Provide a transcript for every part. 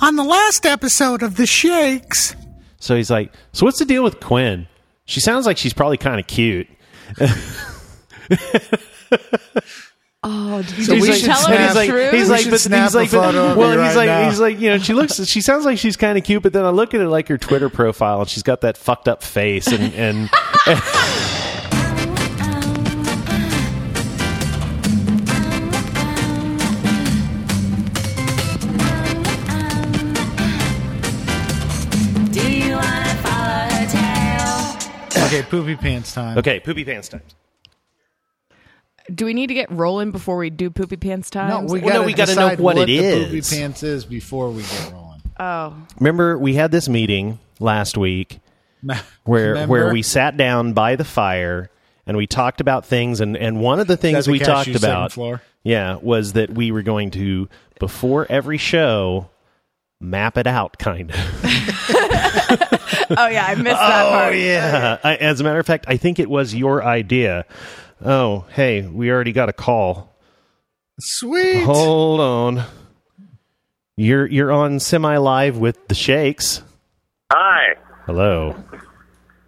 on the last episode of The Shakes. So he's like, So what's the deal with Quinn? She sounds like she's probably kind of cute. Oh, did So you we just should tell snap- her he's the like, truth? he's We like, should but snap he's a like, but- photo of well, it right he's like, now. he's like, you know, she looks, she sounds like she's kind of cute, but then I look at her like her Twitter profile, and she's got that fucked up face, and and Do you wanna follow her tail? Okay, poopy pants time. okay, poopy pants times. do we need to get rolling before we do poopy pants time? No, we Well, no, gotta we gotta know decide what it the is. Poopy pants is before we get rolling. oh, Remember, we had this meeting last week where where Remember? we sat down by the fire and we talked about things, and and one of the things That's a we cashew talked second about, floor. yeah, was that we were going to before every show map it out, kind of. oh yeah, I missed that part. yeah. I, as a matter of fact, I think it was your idea. Oh, hey, we already got a call. Sweet. Hold on. You're you're on semi live with the Shakes. Hi, Hello.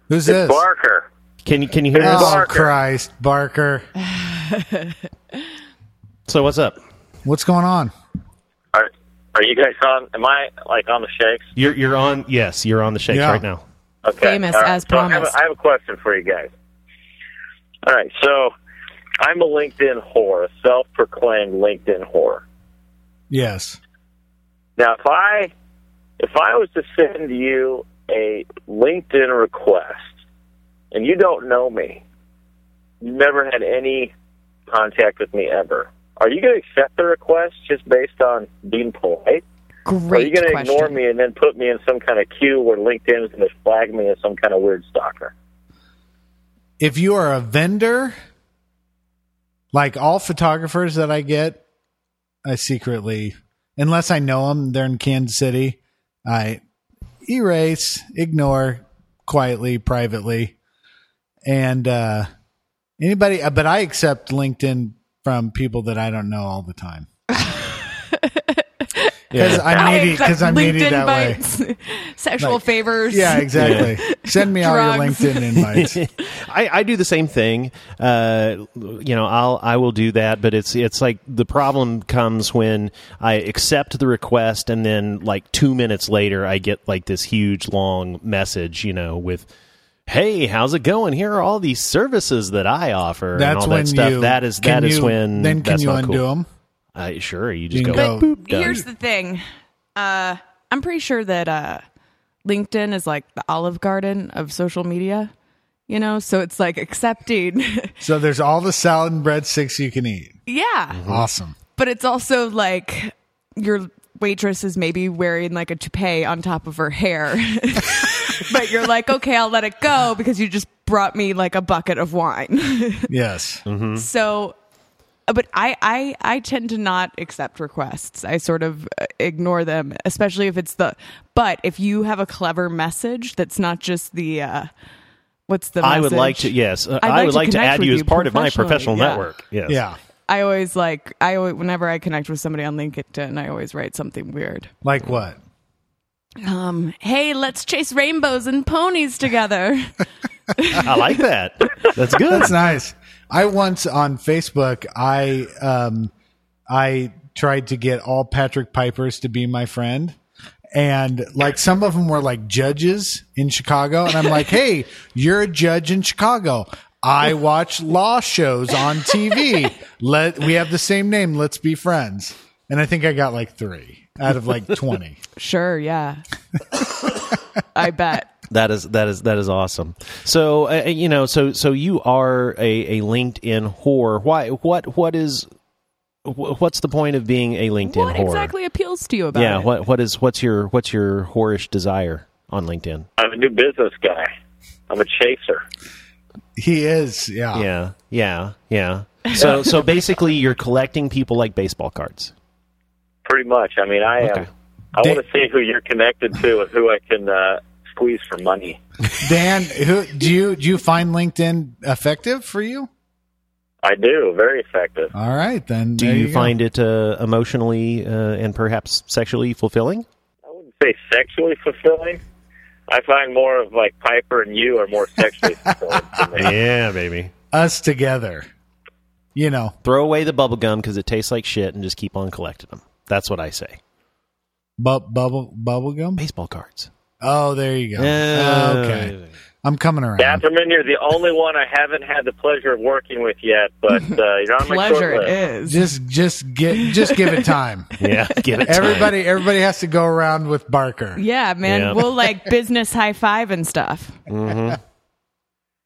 Who's this? it's Barker. Can you can you hear Oh us? Barker. Christ, Barker. So what's up? What's going on? Are, are you guys on? Am I like on the shakes? You're you're on. Yes, you're on the Shakes Yeah. right now. Okay. Famous all as So I have, promised. a, I have a question for you guys. All right, so I'm a LinkedIn whore, a self-proclaimed LinkedIn whore. Yes. Now, if I if I was to send you a LinkedIn request, and you don't know me, you never had any contact with me ever. Are you going to accept the request just based on being polite? Great Are you going to question. ignore me and then put me in some kind of queue where LinkedIn is going to flag me as some kind of weird stalker? If you are a vendor, like all photographers that I get, I secretly, unless I know them, they're in Kansas City, I erase, ignore, quietly, privately, and uh, anybody. uh, But I accept LinkedIn from people that I don't know all the time. Because I'm needy. Because I'm needy LinkedIn that way. bites, sexual Like- favors. Yeah, exactly. Send me all your Drugs. LinkedIn invites. I, I do the same thing. Uh, you know, I'll I will do that, but it's it's like the problem comes when I accept the request and then like two minutes later I get like this huge long message, you know, with Hey, how's it going? Here are all these services that I offer and That's all when that stuff. you that is can that is you- when then can that's you not undo cool. them? I, sure, you just You go. can go- boop, done. Here's the thing. Uh, I'm pretty sure that uh, LinkedIn is like the Olive Garden of social media. You know, so it's like accepting. So there's all the salad and breadsticks you can eat. yeah, Awesome. but it's also like your waitress is maybe wearing like a toupee on top of her hair. but you're like, okay, I'll let it go because you just brought me like a bucket of wine. Mm-hmm. Yes. So, uh, but I, I I tend to not accept requests. I sort of uh, ignore them, especially if it's the. But if you have a clever message that's not just the, uh, what's the? I would message? like to yes, uh, I'd I would to like to connect add with you as part of my professional professionally. Yeah. network. Yes. Yeah. I always like I always, whenever I connect with somebody on LinkedIn, I always write something weird. Like what? Um, hey, let's chase rainbows and ponies together. I like that. That's good. That's nice. I once on Facebook, I um, I tried to get all Patrick Pipers to be my friend. And like some of them were like judges in Chicago. And I'm like, hey, you're a judge in Chicago. I watch law shows on TV. Let we have the same name. Let's be friends. And I think I got like three out of like twenty. sure, yeah. I bet. That is that is that is awesome. So uh, you know, so so you are a, a LinkedIn whore. Why? What? What is? wh- What's the point of being a LinkedIn What whore? exactly appeals to you about Yeah. it? What? What is? What's your? What's your whorish desire on LinkedIn? I'm a new business guy. I'm a chaser. He is, yeah. Ah. Yeah. Yeah. Yeah. So so basically, you're collecting people like baseball cards. Pretty much. I mean, I Okay. am. I Da- want to see who you're connected to and who I can uh, squeeze for money. Dan, who do you do you find LinkedIn effective for you? I do. Very effective. All right, then. Do there you, go. find it uh, emotionally uh, and perhaps sexually fulfilling? say sexually fulfilling. I find more of like Piper and you are more sexually fulfilling to me. Yeah, baby. Us together. You know, Throw away the bubble gum because it tastes like shit, and just keep on collecting them. That's what I say. bu- bubble bubble gum. Baseball cards. Oh, there you go. Yeah. okay, I'm coming around. Datherman, you're the only one I haven't had the pleasure of working with yet, but uh, you're on my Pleasure short it is. list. Just just get just give it time. Yeah, give it. time. Everybody everybody has to go around with Barker. Yeah, man. Yeah. We'll like business high five and stuff. Mm-hmm.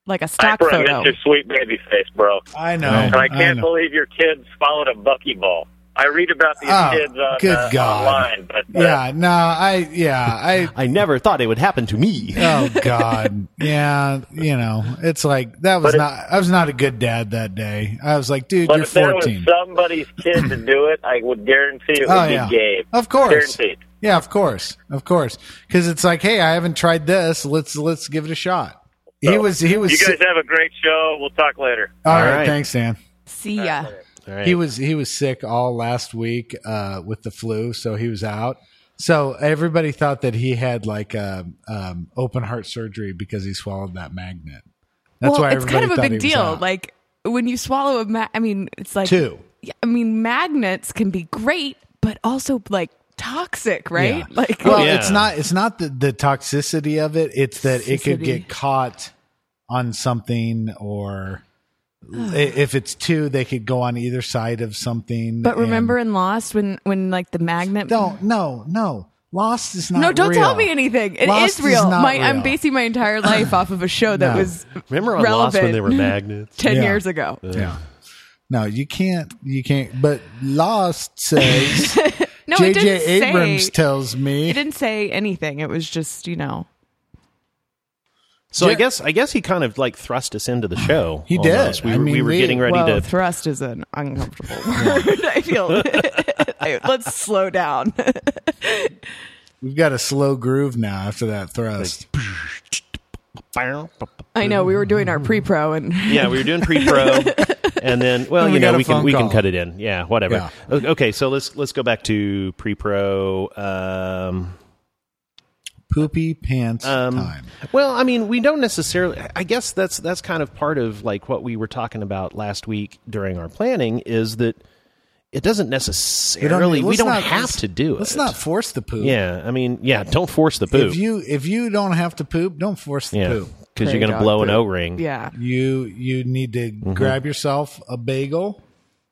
Like a stock Piper, I photo. miss your sweet baby face, bro. Oh, I know. And I can't know. believe your kids followed a buckyball. I read about these Oh, kids on, good uh, God. online, but uh, Yeah, no, I yeah, I I never thought it would happen to me. oh god. Yeah, you know, it's like that was But it- not I was not a good dad that day. I was like, dude, But you're if there was 14. somebody's kid to do it, I would guarantee it would Oh be yeah. Gabe. Of course. Guaranteed. Yeah, of course. Of course. Cuz it's like, hey, I haven't tried this. Let's let's give it a shot. he So, was he was You guys have a great show. We'll talk later. All right, All right. thanks Dan. See ya. All right. He was he was sick all last week uh, with the flu, so he was out. So everybody thought that he had like um, um, open heart surgery because he swallowed that magnet. That's well, why it's everybody kind of a thought he big was deal. out. Like when you swallow a ma- I mean, it's like Two. Yeah, I mean, magnets can be great, but also like toxic, right? Yeah. Like well, Oh, yeah. it's not it's not the, the toxicity of it. It's that it could Toxicity. get caught on something, or i- if it's two, they could go on either side of something. But remember and, in Lost when when like the magnet don't no no. Lost is not. No, don't real. tell me anything. It is Lost is real. not my I'm real. basing my entire life off of a show that No. was Remember on relevant Lost when they were Uh, magnets? 10 Yeah. years ago. Yeah. No, you can't. You can't. But Lost says No, it J.J. didn't Abrams say tells It me. didn't say anything. It was just, you know. So I Yeah. guess I guess he kind of like thrust us into the show. He did. almost. We, I were- we mean, were we- getting ready Well, to. thrust is an uncomfortable word. I feel. I- Let's slow down. We've got a slow groove now after that thrust. I know we were doing our pre-pro and yeah, we were doing pre-pro, and then well, And we you know, got a we can phone we call. can cut it in. Yeah, whatever. Yeah. O- Okay, so let's let's go back to pre-pro. Um, Poopy pants um, time. Well, I mean, we don't necessarily. I guess that's that's kind of part of like what we were talking about last week during our planning is that it doesn't necessarily. We let's don't, not- have let's- to do it. Let's not force the poop. Yeah, I mean, yeah, don't force the poop. If you if you don't have to poop, don't force the yeah, poop. because you're going to Prairie dog blow an poop. O ring. yeah, You you need to Mm-hmm. grab yourself a bagel.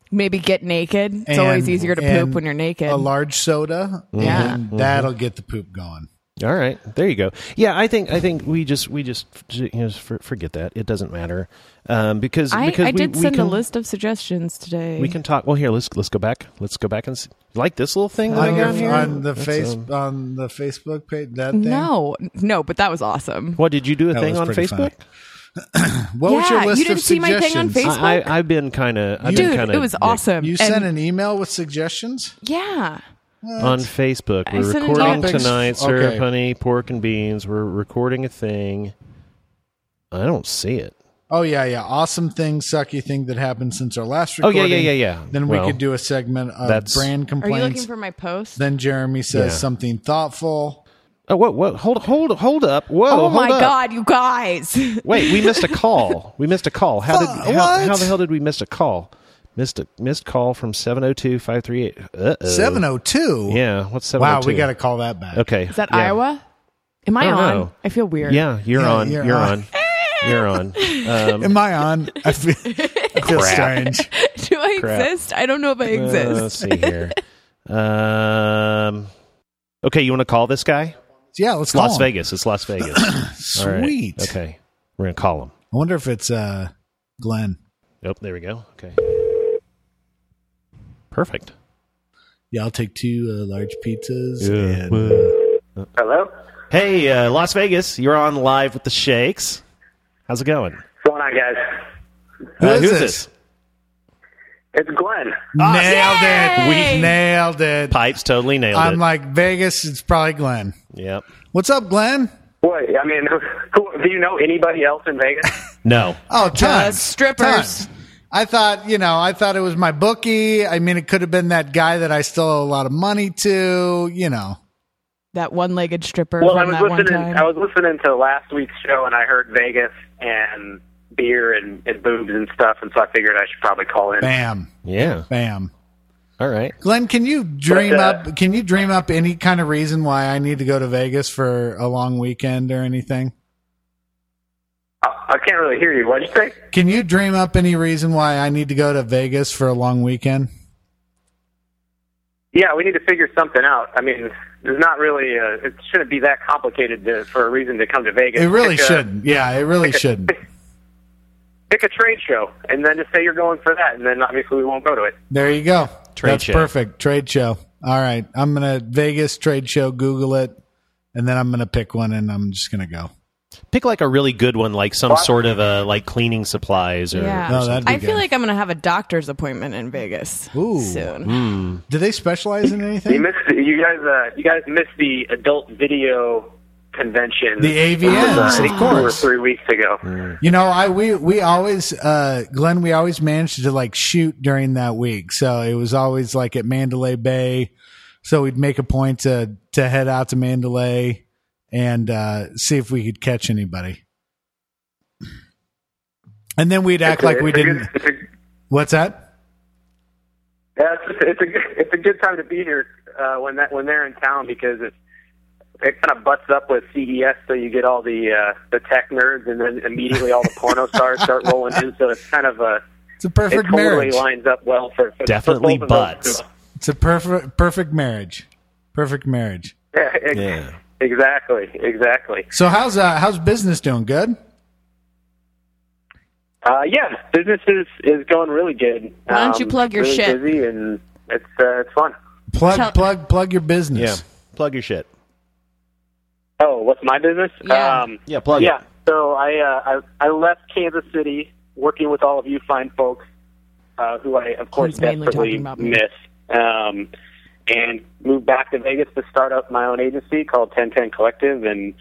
maybe get naked. It's and- always easier to poop and when you're naked. A large soda. Mm-hmm. Yeah. and that'll get the poop going. All right, there you go. Yeah, I think I think we just we just you know, just for, forget that it doesn't matter um, because I, because I we, did we send can, a list of suggestions today. We can talk. Well, here let's let's go back. Let's go back and see. like this little thing that I On, your, got here on the That's, face um, on the Facebook page, that thing. no, no, but that was awesome. what did you do a That thing was on pretty Facebook? What was Yeah, your you list didn't of see my thing on suggestions? Facebook? I, I I've been kind of I've been Dude, kind of it was awesome. You And- sent an email with suggestions? yeah. on Facebook. I We're sent it recording to- tonight, Topics. syrup, Okay. honey, pork and beans. We're recording a thing. I don't see it. Oh yeah, yeah. Awesome thing, sucky thing that happened since our last Oh, recording. yeah, yeah, yeah, yeah. Then Well, we could do a segment of that's- brand Are you complaints. looking for my post? then Jeremy says Yeah. something thoughtful. Oh, whoa, whoa, hold, hold, hold up! Whoa, oh hold my up. god, you guys! Wait, we missed a call. We missed a call. How did Fu- how, what? how the hell did we miss a call? Missed a missed call from 702-538. Uh-oh. Seven oh two. Yeah, what's 702? Wow, we got to call that back. Okay. Is that yeah. Iowa? Am I don't on? know. I feel weird. Yeah, you're Yeah, on. you're You're, on. on. you're on. Um Am I on? I feel, I feel strange. Do I Crap. exist? I don't know if I uh, let's exist. see here. Um Okay, you want to call this guy? Yeah, let's call Las him. Vegas. It's Las Vegas. All right. Sweet. Okay. We're going to call him. I wonder if it's uh, Glenn. Yep, there we go. Okay. Perfect. Yeah, I'll take two uh, large pizzas. Yeah. And, uh, Hello? Hey, uh, Las Vegas, you're on live with the Shakes. How's it going? What's going on, guys? who Uh, is who's this? It's Glenn. Ah, Nailed it. Yay! We nailed it. Pipes totally nailed I'm it. like Vegas. It's probably Glenn. yep. What's up, Glenn? What? I mean, who, do you know anybody else in Vegas? No. Oh, tons, strippers. tons. I thought, you know, I thought it was my bookie. I mean, it could have been that guy that I still owe a lot of money to. You know, that one-legged stripper Well, I from was that one listening. time. I was listening to last week's show, and I heard Vegas and beer and, and boobs and stuff, and so I figured I should probably call in. Bam, Yeah. bam. All right. Glenn, can you dream But, uh, up? Can you dream up any kind of reason why I need to go to Vegas for a long weekend or anything? Uh, I, I can't really hear you. What'd you say? Can you dream up any reason why I need to go to Vegas for a long weekend? Yeah, we need to figure something out. I mean, there's not really. A, it shouldn't be that complicated to, for a reason to come to Vegas. It really Pick a- shouldn't. Yeah, it really shouldn't. Pick a trade show, and then just say you're going for that, and then obviously we won't go to it. There you go. Trade That's show. perfect. Trade show. All right. I'm going to Vegas trade show, Google it, and then I'm going to pick one and I'm just going to go. Pick like a really good one, like some sort of a like cleaning supplies or. yeah, No, that'd be I good. feel like I'm gonna have a doctor's appointment in Vegas Ooh. soon. Do they specialize in You anything? missed. You guys. Uh, you guys missed the adult video convention. The AVNs, Uh, of Two or course. three weeks ago. You know, I we we always uh Glenn, we always managed to like shoot during that week. So it was always like at Mandalay Bay. So we'd make a point to to head out to Mandalay and uh see if we could catch anybody. And then we'd act It's a- like we it's a good- didn't it's a- What's that? Yeah, it's, just, it's a good, it's a good time to be here uh, when that when they're in town because it it kind of butts up with CES, so you get all the uh, the tech nerds, and then immediately all the porno stars start rolling in. So it's kind of a It's a it perfect totally marriage. lines up well for, for Definitely for both of butts. those. It's a perfect perfect marriage. Perfect marriage. Yeah, ex- Yeah. exactly, exactly. So how's uh how's business doing? Good? Uh, yeah, business is is going really good. Um, Why don't you plug your really shit? Busy and it's uh, it's fun. Plug Tell- plug plug your Yeah. business. Plug your shit. Oh, what's my business? Yeah. Um, Yeah, plug it. yeah. So I, uh, I I left Kansas City working with all of you fine folks, uh, who I of course He's mainly desperately talking about me. miss, um, and moved back to Vegas to start up my own agency called 1010 Collective and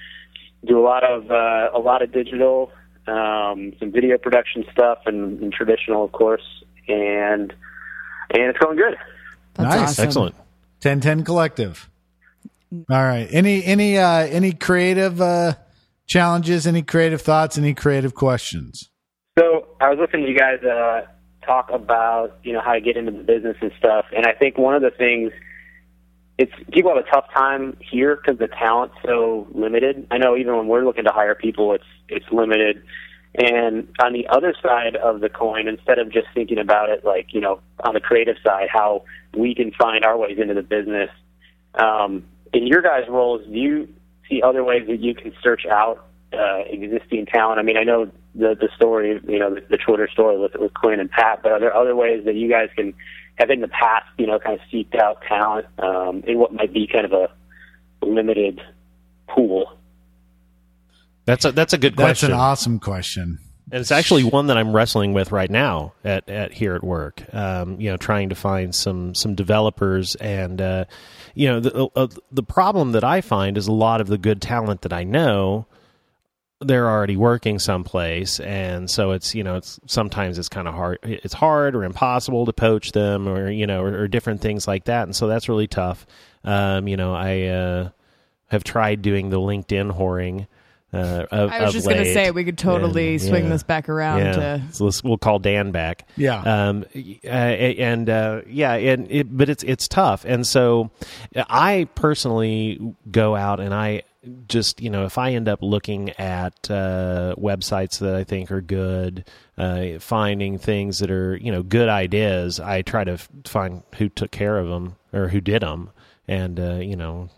do a lot of uh, a lot of digital, um, some video production stuff and, and traditional, of course, and and it's going good. That's Nice. awesome. Excellent. Ten Ten Collective. All right. Any any uh any creative uh challenges, any creative thoughts, any creative questions? So I was listening to you guys uh, talk about you know how to get into the business and stuff, and I think one of the things it's people have a tough time here because the talent's so limited. I know even when we're looking to hire people, it's it's limited. And on the other side of the coin, instead of just thinking about it like you know on the creative side, how we can find our ways into the business. Um, in your guys' roles, do you see other ways that you can search out uh, existing talent? I mean, I know the the story, you know, the, the Twitter story with with Quinn and Pat, but are there other ways that you guys can have in the past, you know, kind of seeked out talent um, in what might be kind of a limited pool? That's a that's a good That's question. an awesome question. and it's actually one that I'm wrestling with right now at, at here at work. Um, you know, trying to find some some developers, and uh, you know, the uh, the problem that I find is a lot of the good talent that I know they're already working someplace and so it's you know it's sometimes it's kind of hard it's hard or impossible to poach them or you know or, or different things like that and so that's really tough um you know i uh have tried doing the linkedin whoring uh of, I was of just late. gonna say we could totally And, swing yeah. this back around yeah. to So let's, we'll call Dan back. Yeah. Um. uh, and uh, yeah. And it, but it's it's tough. And so I personally go out and I just you know if I end up looking at uh, websites that I think are good, uh, finding things that are you know good ideas, I try to f- find who took care of them or who did them, and uh, you know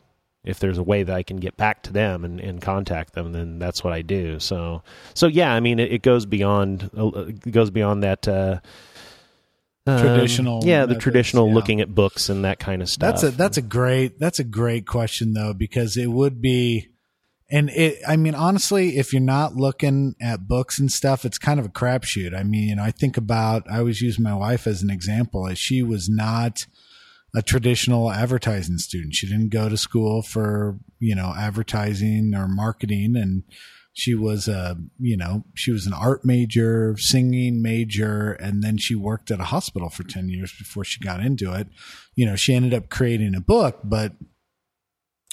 if there's a way that I can get back to them and, and contact them, then that's what I do. So, so yeah, I mean, it, it goes beyond, uh, it goes beyond that, uh, um, Traditional yeah, the methods, traditional yeah. looking at books and that kind of stuff. That's a that's a great that's a great question though because it would be and it I mean honestly if you're not looking at books and stuff it's kind of a crapshoot. I mean, you know, I think about I always use my wife as an example as she was not a traditional advertising student. She didn't go to school for, you know, advertising or marketing and she was a, you know, she was an art major, singing major, and then she worked at a hospital for 10 years before she got into it. You know, she ended up creating a book, but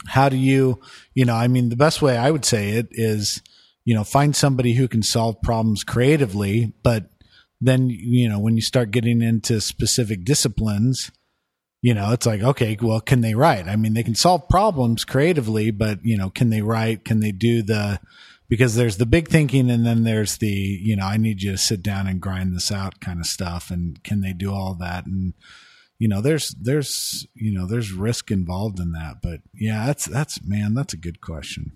how do you you know i mean the best way i would say it is you know find somebody who can solve problems creatively but then you know when you start getting into specific disciplines you know it's like okay well can they write i mean they can solve problems creatively but you know can they write can they do the because there's the big thinking and then there's the you know i need you to sit down and grind this out kind of stuff and can they do all that and you know there's there's you know there's risk involved in that but yeah that's that's man that's a good question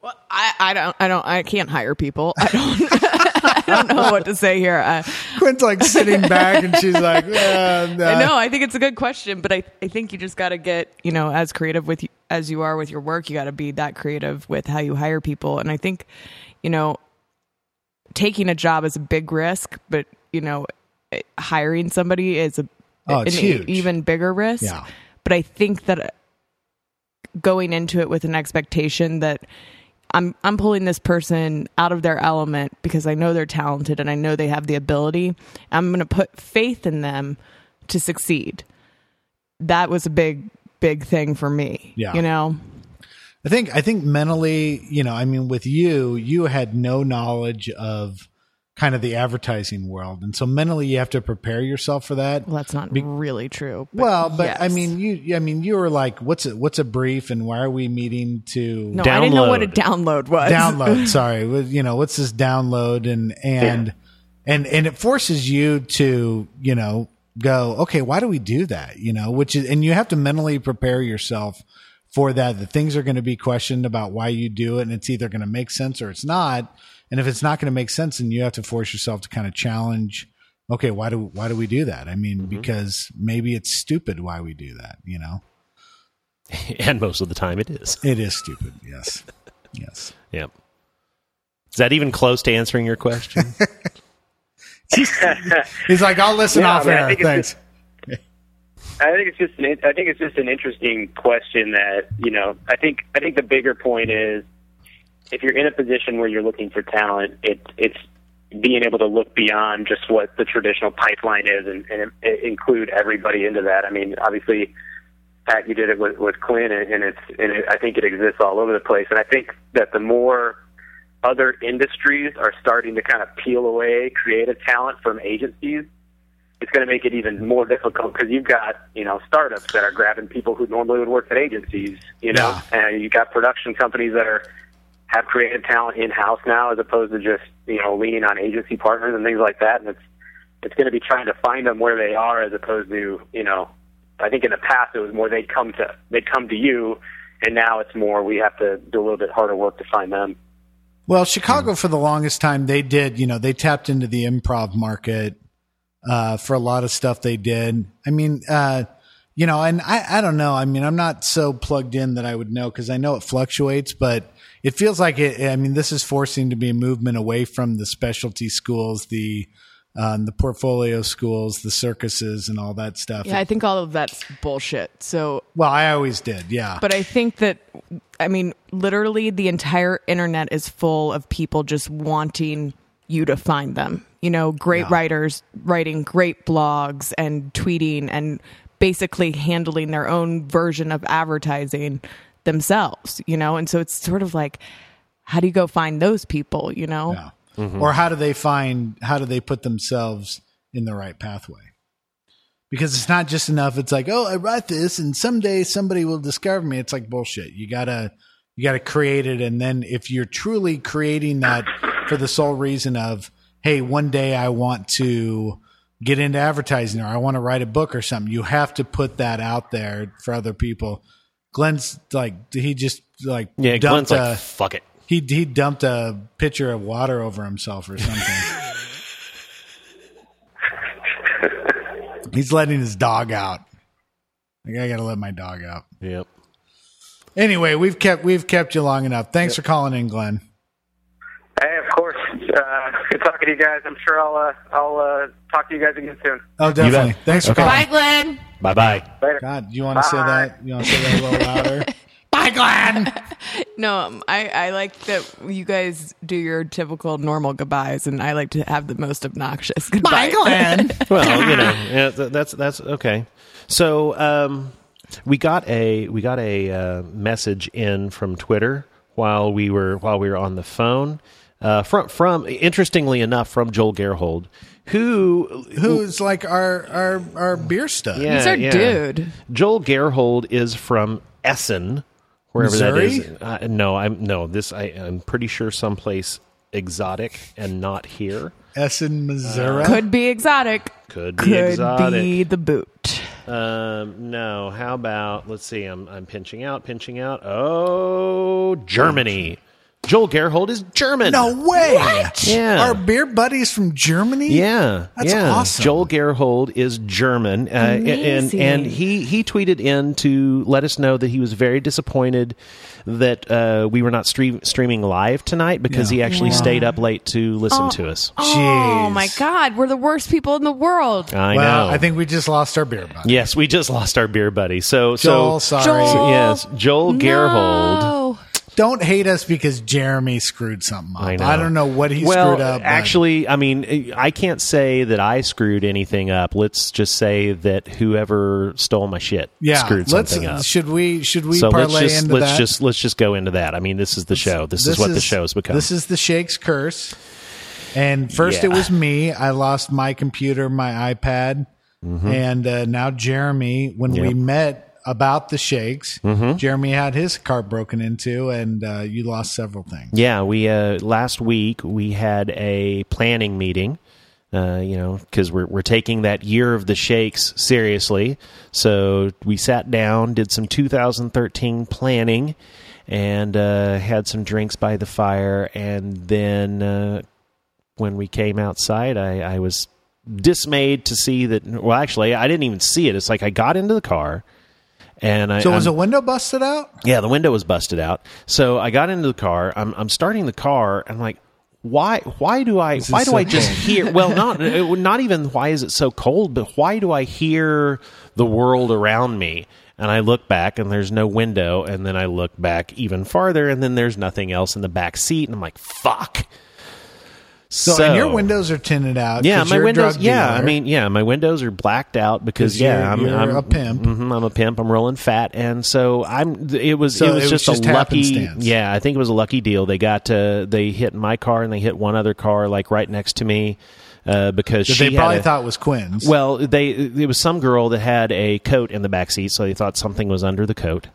Well, I, I don't, I don't, I can't hire people. I don't, I don't know what to say here. I, quinn's like sitting back and she's like uh, nah. I know, I think it's a good question, but I, I think you just got to get, you know, as creative with as you are with your work, you got to be that creative with how you hire people. And I think, you know, taking a job is a big risk, but you know, eh, hiring somebody is a Oh, it's an e- huge. even bigger risk. Yeah. But I think that uh, going into it with an expectation that I'm I'm pulling this person out of their element because I know they're talented and I know they have the ability. I'm going to put faith in them to succeed. That was a big big thing for me. Yeah. You know. I think I think mentally, you know, I mean with you, you had no knowledge of kind of the advertising world. And so mentally you have to prepare yourself for that. Well, that's not really true. Well, but I yes. mean you I mean you were like what's a, what's a brief and why are we meeting to no, I didn't know what a download was. download sorry What- you know what's this download and and and and it forces you to you know go okay why do we do that you know which is and you have to mentally prepare yourself for that the things are going to be questioned about why you do it and it's either going to make sense or it's not and if it's not going to make sense then you have to force yourself to kind of challenge okay why do why do we do that i mean because maybe it's stupid why we do that you know and most of the time it is. it is stupid yes yes Yep. Is that even close to answering your question? he's like i'll listen Yeah, I off mean, I air think it's thanks just- I think it's just an I think it's just an interesting question that you know I think I think the bigger point is if you're in a position where you're looking for talent it it's being able to look beyond just what the traditional pipeline is and, and i- include everybody into that. I mean, obviously, Pat, you did it with, with Quinn, and, and it's and it, I think it exists all over the place. And I think that the more other industries are starting to kind of peel away creative talent from agencies, it's going to make it even more difficult because you've got you know startups that are grabbing people who normally would work at agencies, you know, and you've got production companies that are have creative talent in house now as opposed to just you know leaning on agency partners and things like that. And it's it's going to be trying to find them where they are as opposed to you know I think in the past it was more they come to they come to you, and now it's more we have to do a little bit harder work to find them. Well, Chicago for the longest time they did, you know, they tapped into the improv market uh, for a lot of stuff they did. I mean, uh, you know, and I, I don't know. I mean, I'm not so plugged in that I would know because I know it fluctuates, but it feels like it. I mean, this is forcing to be a movement away from the specialty schools, the um, the portfolio schools, the circuses, and all that stuff. Yeah, I think all of that's bullshit. So well, I always did, yeah. but I think that I mean literally the entire internet is full of people just wanting you to find them. You know, great writers writing great blogs and tweeting and basically handling their own version of advertising themselves, you know? And so it's sort of like how do you go find those people, you know? Yeah. Mm-hmm. Or how do they find how do they put themselves in the right pathway? Because it's not just enough. It's like, oh, I write this, and someday somebody will discover me. It's like bullshit. You gotta you gotta create it, and then if you're truly creating that for the sole reason of, hey, one day I want to get into advertising or I want to write a book or something, you have to put that out there for other people. Glenn's like he just like yeah, dumped Glenn's a- like, fuck it. he he dumped a pitcher of water over himself or something. He's letting his dog out. Like I gotta let my dog out. Yep. Anyway, we've kept we've kept you long enough. Thanks for calling in, Glenn. Hey, of course, uh, good talking to you guys. I'm sure I'll uh, I'll uh, talk to you guys again soon. Oh, definitely. bet. Thanks for Okay. calling. Bye, Glenn. Bye bye. Later. God, you want to say that? You want to say that a little louder? Bye, Glenn. No, um, I, I like that you guys do your typical normal goodbyes, and I like to have the most obnoxious goodbye. Glenn. Well, you know, yeah, th- that's that's okay. So, um, we got a we got a uh, message in from Twitter while we were while we were on the phone uh, from from interestingly enough from Joel Gerhold who Who's like our our our beer stuff? yeah, He's our yeah. dude. Joel Gerhold is from Essen, wherever that Missouri? is. Uh, no, I'm no this. I, I'm pretty sure someplace exotic and not here. Essen, Missouri. Uh, Could be exotic. Could be Could exotic. be the boot. Um, no, how about let's see. I'm I'm pinching out, pinching out. Oh, Germany. Joel Gerhold is German. no way. Yeah. Our beer buddies from Germany? Yeah, That's yeah. awesome. Joel Gerhold is German, uh, and and- and he he tweeted in to let us know that he was very disappointed that uh, we were not stream, streaming live tonight because he actually stayed up late to listen to us. Oh Jeez. my God, we're the worst people in the world. I Well, know. I think we just lost our beer buddy. yes, we just lost our beer buddy. So Joel, so sorry. Joel. yes, Joel Gerhold. No. Don't hate us because Jeremy screwed something up. I I, know. don't know what he well, screwed up. but- Actually, I mean, I can't say that I screwed anything up. Let's just say that whoever stole my shit yeah, screwed let's, something up. Should we should we so parlay let's just into let's that? just let's just go into that. I mean, this is the show. This, is what the show's become. This is the Shake's curse. And first it Yeah. was me. I lost my computer, my iPad, Mm-hmm. and uh, now Jeremy. When we met about the Shakes, Mm-hmm. Jeremy had his car broken into, and uh, you lost several things. yeah, we uh, last week we had a planning meeting. Uh, you know, because we're we're taking that year of the shakes seriously. So we sat down, did some 2013 planning, and uh, had some drinks by the fire. And then uh, when we came outside, I, I was dismayed to see that. Well, actually, I didn't even see it. It's like I got into the car, and I So was I'm- a window busted out? Yeah, the window was busted out. So I got into the car. I'm I'm starting the car. I'm like, why why do I why do so I just hear? Well, not it, would- not even why is it so cold, but why do I hear the world around me? And I look back, and there's no window. And then I look back even farther, and then there's nothing else in the back seat. And I'm like, fuck. So, and your windows are tinted out. Yeah, 'cause my you're a windows. drug Yeah, dealer. I mean, yeah, my windows are blacked out because 'Cause yeah, you're- I'm, you're I'm a pimp. hmm I'm a pimp. I'm rolling fat, and so I'm. It was. So it was it was just, just a lucky. happenstance. Yeah, I think it was a lucky deal. They got. Uh, they hit my car and they hit one other car like right next to me uh, because that she they probably had a- thought was Quinn's. well, they it was some girl that had a coat in the back seat, so they thought something was under the coat,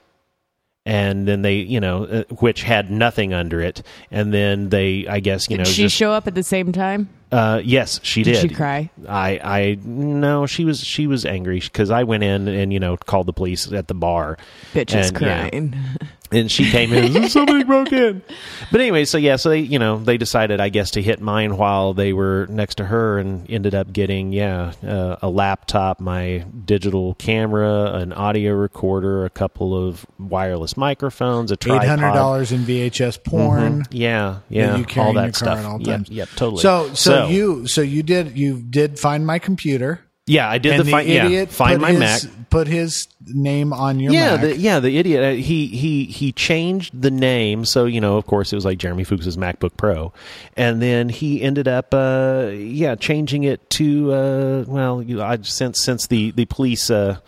and then they, you know, uh, which had nothing under it, and then they, I guess, you know, Did she just- show up at the same time? uh, yes, she did. Did she cry? I, I, no, she was, she was angry because I went in and you know called the police at the bar. Bitches and, yeah, crying. and she came in. Somebody broke in. But anyway, so yeah, so they, you know, they decided, I guess, to hit mine while they were next to her, and ended up getting yeah, uh, a laptop, my digital camera, an audio recorder, a couple of wireless microphones, a Eight tripod. hundred dollars in VHS porn. Yeah, Mm-hmm. yeah, that you carry all in that your car stuff. at all Yep, times. Yep, totally. So, so, you, so you did, you did find my computer. yeah, I did and the, the find, yeah, idiot find put my his, Mac. Put his name on your yeah, Mac. The, yeah, the idiot. uh, He he he changed the name, so you know, of course, it was like Jeremy Fuchs's MacBook Pro, and then he ended up, uh, yeah, changing it to uh, well, you know, I since since the the police. Uh,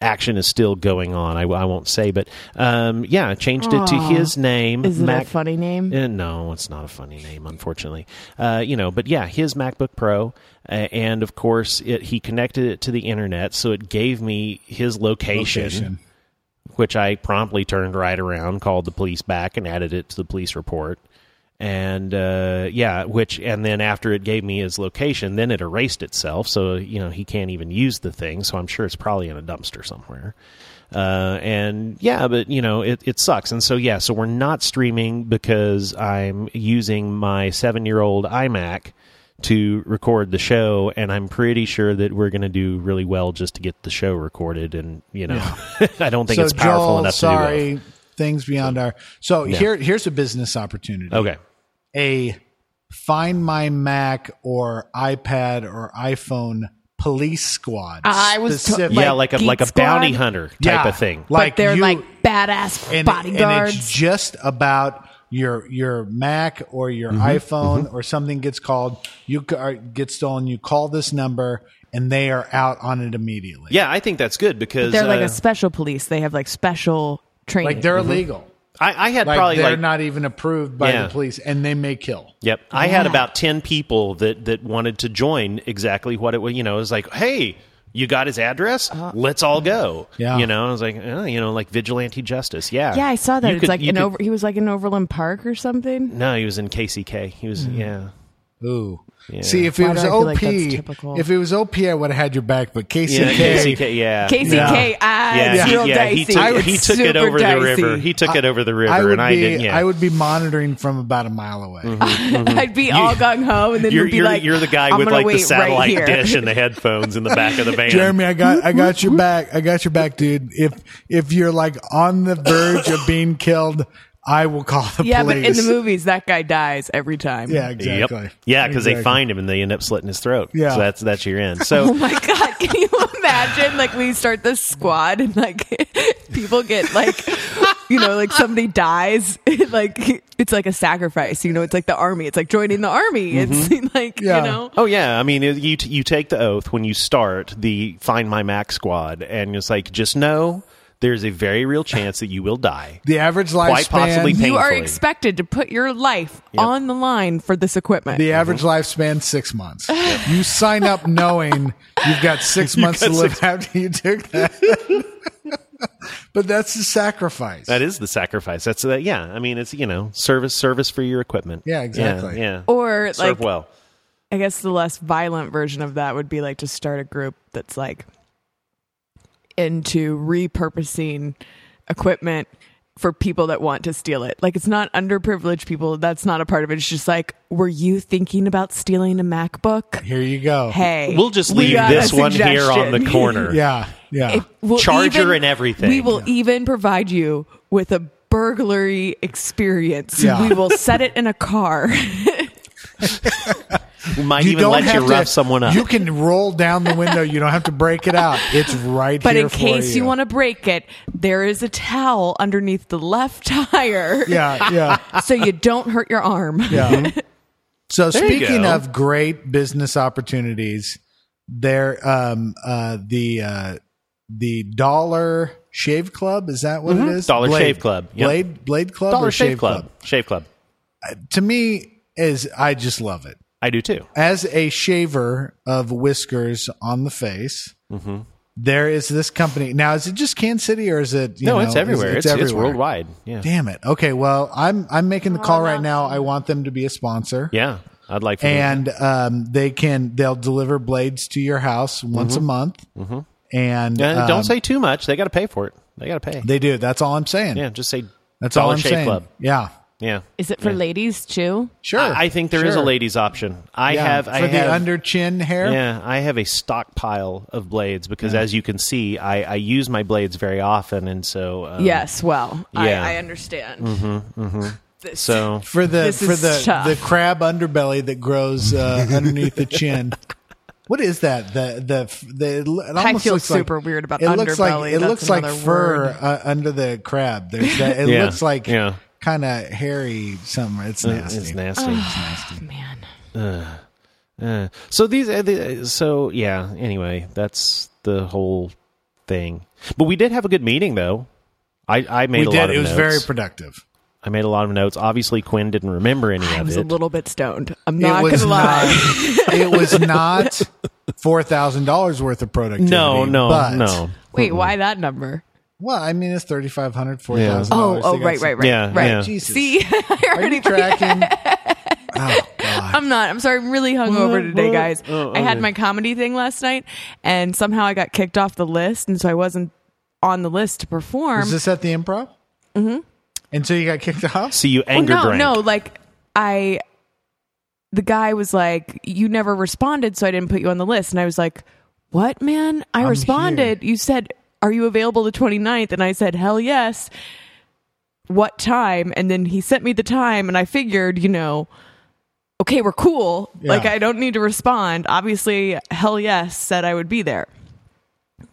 Action is still going on. I, I won't say, but um, yeah, I changed it to his name. Is it Mac- a funny name? uh, no, it's not a funny name, unfortunately. Uh, you know, but yeah, his MacBook Pro, uh, and of course, it, he connected it to the internet, so it gave me his location, Location. which I promptly turned right around, called the police back, and added it to the police report. And uh, yeah, which and then after it gave me his location, then it erased itself, so you know he can't even use the thing. So I'm sure it's probably in a dumpster somewhere uh, and yeah, but you know it, it sucks, and so yeah, so we're not streaming because I'm using my seven year old iMac to record the show, and I'm pretty sure that we're going to do really well just to get the show recorded, and you know, I don't think so it's powerful Joel, enough sorry, to do things beyond our. So here, here's a business opportunity. both. Okay, A Find My Mac or iPad or iPhone police squad. I was to- specific- yeah, Like like a like a Geek Squad? bounty hunter type Yeah, of thing. Like but they're you- like badass and, and it's bodyguards. just about your your Mac Mm-hmm. or your iPhone or something gets called, you c- or get stolen, you call this number, and they are out on it immediately. Yeah, I think that's good because They're like uh, a special police. They have like special training. Like they're illegal. I, I had Like Mm-hmm. probably they're like not even approved by Yeah. the police and they may kill. Yep. I had Yeah. about 10 people that, that wanted to join exactly what it was, you know, it was like, hey, you got his address? Uh, Let's all go. Yeah. You know, I was like, eh, you know, like vigilante justice. Yeah. yeah, I saw that. You it's could- like you an could- over. He was like in Overland Park or something. No, he was in KCK. He was, Mm. yeah. Ooh. See if it Why do was I feel OP like that's typical? if it was OP I would have had your back, but KCK, Yeah, KCK, yeah. KCK, Yeah. ah, Yeah, it's he, real yeah, he dicey. took, It's he took it super over the dicey. river. He took it over the river, I would and be, I didn't. Yeah, Mm-hmm. I would be monitoring from about a mile away. I'd be all gung ho, and then You're, would be you're, like, you're the guy I'm with gonna like the wait right satellite here. dish and the headphones in the back of the van. Jeremy, I got I got your back. I got your back, dude. If if you're like on the verge of being killed, I will call the Yeah, police. but in the movies, that guy dies every time. Yeah, Yep. exactly. Yeah, because they Exactly. find him and they end up slitting his throat. Yeah. so that's that's your end. So Oh my god, can you imagine? Like we start this squad and like people get like you know, like somebody dies. like it's like a sacrifice, you know, it's like the army. It's like joining the army. It's like Mm-hmm. Yeah. you know Oh yeah, I mean, it- you t- you take the oath when you start the Find My Mac squad, and it's like just know there's a very real chance that you will die. The average lifespan. Quite possibly you are painfully. expected to put your life on the line for this equipment. Mm-hmm. the average lifespan six months. You sign up knowing you've got six months got to live six- after you took that. but that's the sacrifice. That is the sacrifice. That's that. Yeah, I mean, it's you know service service for your equipment. Yeah, exactly. Yeah, yeah. Or serve like well. I guess the less violent version of that would be like to start a group that's like into repurposing equipment for people that want to steal it. Like it's not underprivileged people. That's not a part of it. It's just like, were you thinking about stealing a MacBook? Here you go. Hey, We'll just we leave got a this one here on the suggestion. corner. Yeah, yeah. If we'll Charger and everything. We will even provide you with a burglary experience. Yeah. We will set it in a car. You might even let you rough someone up. You can roll down the window. You don't have to break it out. It's right But here in for case you, you want to break it, there is a towel underneath the left tire. Yeah, yeah. So you don't hurt your arm. Yeah. so Mm-hmm. you speaking go. of great business opportunities, there um uh the uh the Dollar Shave Club is that what it is? Mm-hmm. Dollar Shave Club, yep. Blade Blade Club Dollar or Shave, Club. Shave Club. To me is I just love it. I do too. As a shaver of whiskers on the face, Mm-hmm. there is this company. Now, is it just Kansas City or is it? You No, know, it's is- everywhere. It's, it's worldwide. Yeah. Damn it. Okay. Well, I'm I'm making the call right now. I want them to be a sponsor. Yeah. I'd like for them to and um, they can they'll deliver blades to your house once a month and Mm-hmm. Yeah, um, don't say too much. They got to pay for it. They got to pay. they do that's all i'm saying yeah, just say that's Dollar all i'm Shave saying Club. yeah Yeah, Is it for ladies too? sure I, I think there is a Sure. ladies option. I Yeah, have. for I the have, under chin hair Yeah, I have a stockpile of blades because, as you can see, I, I use my blades very often, and so um, yes. Well, yeah. I, I understand. This- So for the This for is the tough. the crab underbelly that grows uh, underneath the chin what is that? The the the. It almost I feel looks super like, weird about it. Looks like underbelly. it That's looks like another fur word. uh, under the crab. There's that. It Yeah, looks like yeah. Uh, kind of hairy. Something. It's nasty. it's nasty. Oh, man. Uh, so these. Uh, the, so yeah. Anyway, that's the whole thing. But we did have a good meeting, though. I, I made We a did. lot of It was notes. very productive. I made a lot of notes. Obviously, Quinn didn't remember any I of was it. a little bit stoned. I'm it not going was to lie. not. It was not four thousand dollars worth of productivity. no, no, but- no. Wait, why that number? Well, I mean, it's thirty five hundred, four thousand. Oh, oh, right, right, right. Yeah, right. yeah. Jesus. See, I Are already you tracking? oh God. I'm not. I'm sorry. I'm really hungover today, What? guys. Oh, I had okay. my comedy thing last night, and somehow I got kicked off the list, and so I wasn't on the list to perform. Was this at the improv? Mm-hmm. And so you got kicked off. So you Well, anger Oh, no, drank. no. Like I, the guy was like, "You never responded, so I didn't put you on the list." And I was like, "What, man? I responded. You said, "Are you available the 29th? And I said, "Hell yes." What time? And then he sent me the time, and I figured, you know. Okay, we're cool. Like, Yeah. I don't need to respond. Obviously, hell yes, said I would be there.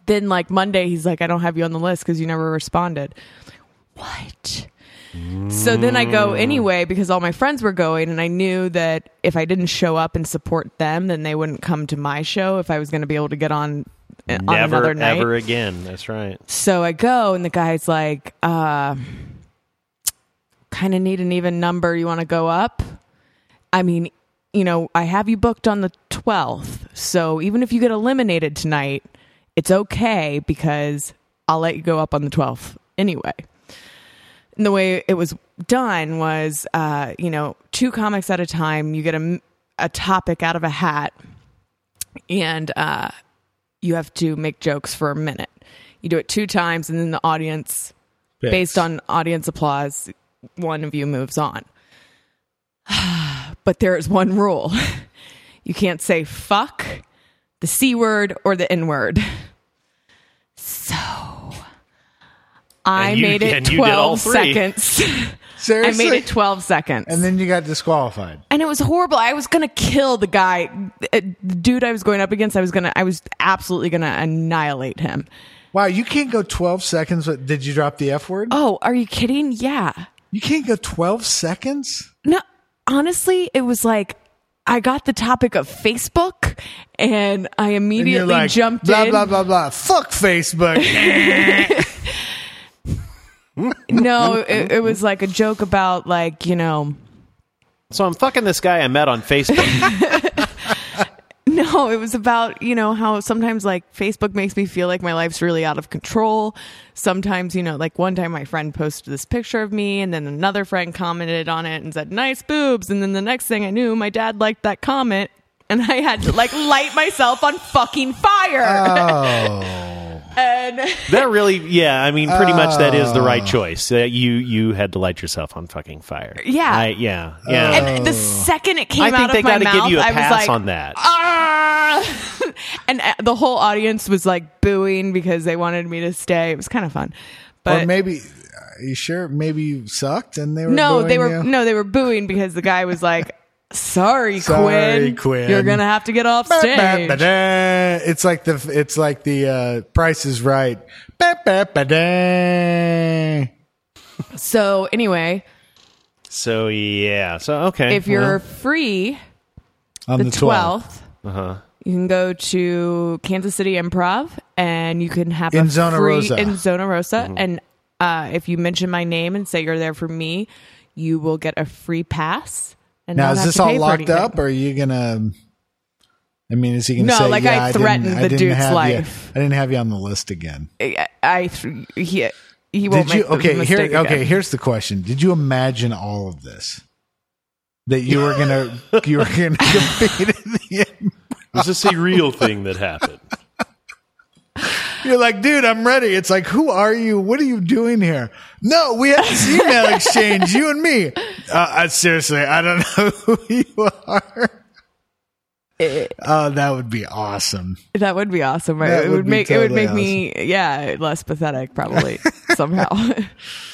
Then, like, Monday, he's like, I don't have you on the list because you never responded. What? So then I Mm. go anyway because all my friends were going, and I knew that if I didn't show up and support them, then they wouldn't come to my show if I was going to be able to get on, eh, on Never, another night. ever again. That's right. So I go, and the guy's like, uh, kind of need an even number. You want to go up? I mean, you know, I have you booked on the 12th. So even if you get eliminated tonight, it's okay because I'll let you go up on the 12th anyway. And the way it was done was, uh, you know, two comics at a time, you get a, a topic out of a hat. And, uh, you have to make jokes for a minute. You do it two times, and then the audience, Picks. based on audience applause, one of you moves on. but there is one rule you can't say fuck, the C word, or the N word. So I And you- made it and you did all 12 three. seconds. I Seriously? made it 12 seconds. and then you got disqualified. and it was horrible. I was gonna kill the guy, Uh, the dude I was going up against. I was gonna, I was absolutely gonna annihilate him. Wow, you can't go 12 seconds. With, did you drop the F word? Oh, are you kidding? Yeah. You can't go 12 seconds? No, honestly, it was like I got the topic of Facebook, and I And you're immediately like, jumped blah, in. blah, blah, blah. Fuck Facebook. No, it, it was like a joke about like you know. So I'm fucking this guy I met on Facebook. No, it was about, you know, how sometimes like Facebook makes me feel like my life's really out of control. Sometimes, you know, like one time my friend posted this picture of me and then another friend commented on it and said, nice boobs. And then the next thing I knew, my dad liked that comment and I had to like light myself on fucking fire. Oh. and that really, yeah. I mean, pretty much that is the right choice. Uh, you you had to light yourself on fucking fire. Yeah. I, yeah, yeah. and the second it came Oh. I think out they of my gotta mouth, give you a I was pass like, on that. "Ah!" and uh, the whole audience was like booing because they wanted me to stay. It was kind of fun. But or maybe, are you sure? Maybe you sucked and they were No, they booing you? were no, they were booing because the guy was like, "Sorry, Sorry, Quinn, Quinn. you're gonna have to get off Ba, stage." ba, ba, da. It's like the it's like the uh, Price is Right. Ba, ba, ba, da. So anyway, So yeah. So okay. if you're well, free On the the, 12th. 12th you can go to Kansas City Improv and you can have In a Zona free, Rosa. in Zona Rosa, and uh, if you mention my name and say you're there for me, you will get a free pass. And Now not is have this to pay all for locked anything. up, or are you gonna? I mean, is he gonna No, say, like, yeah, I didn't- threatened I the didn't dude's have you- life. I didn't have you on the list again. I, I th- he he won't Did you? make the Okay, here. mistake again. Okay, here's the question: Did you imagine all of this? That you were gonna you were gonna compete in the end. is this a real thing that happened? You're like, dude, I'm ready. It's like, who are you? What are you doing here? No, we had this email exchange, you and me. Uh, I, seriously, I don't know who you are. Oh, that would be awesome. That would be awesome. Right? That it would would, be make it would totally make me yeah less pathetic probably somehow.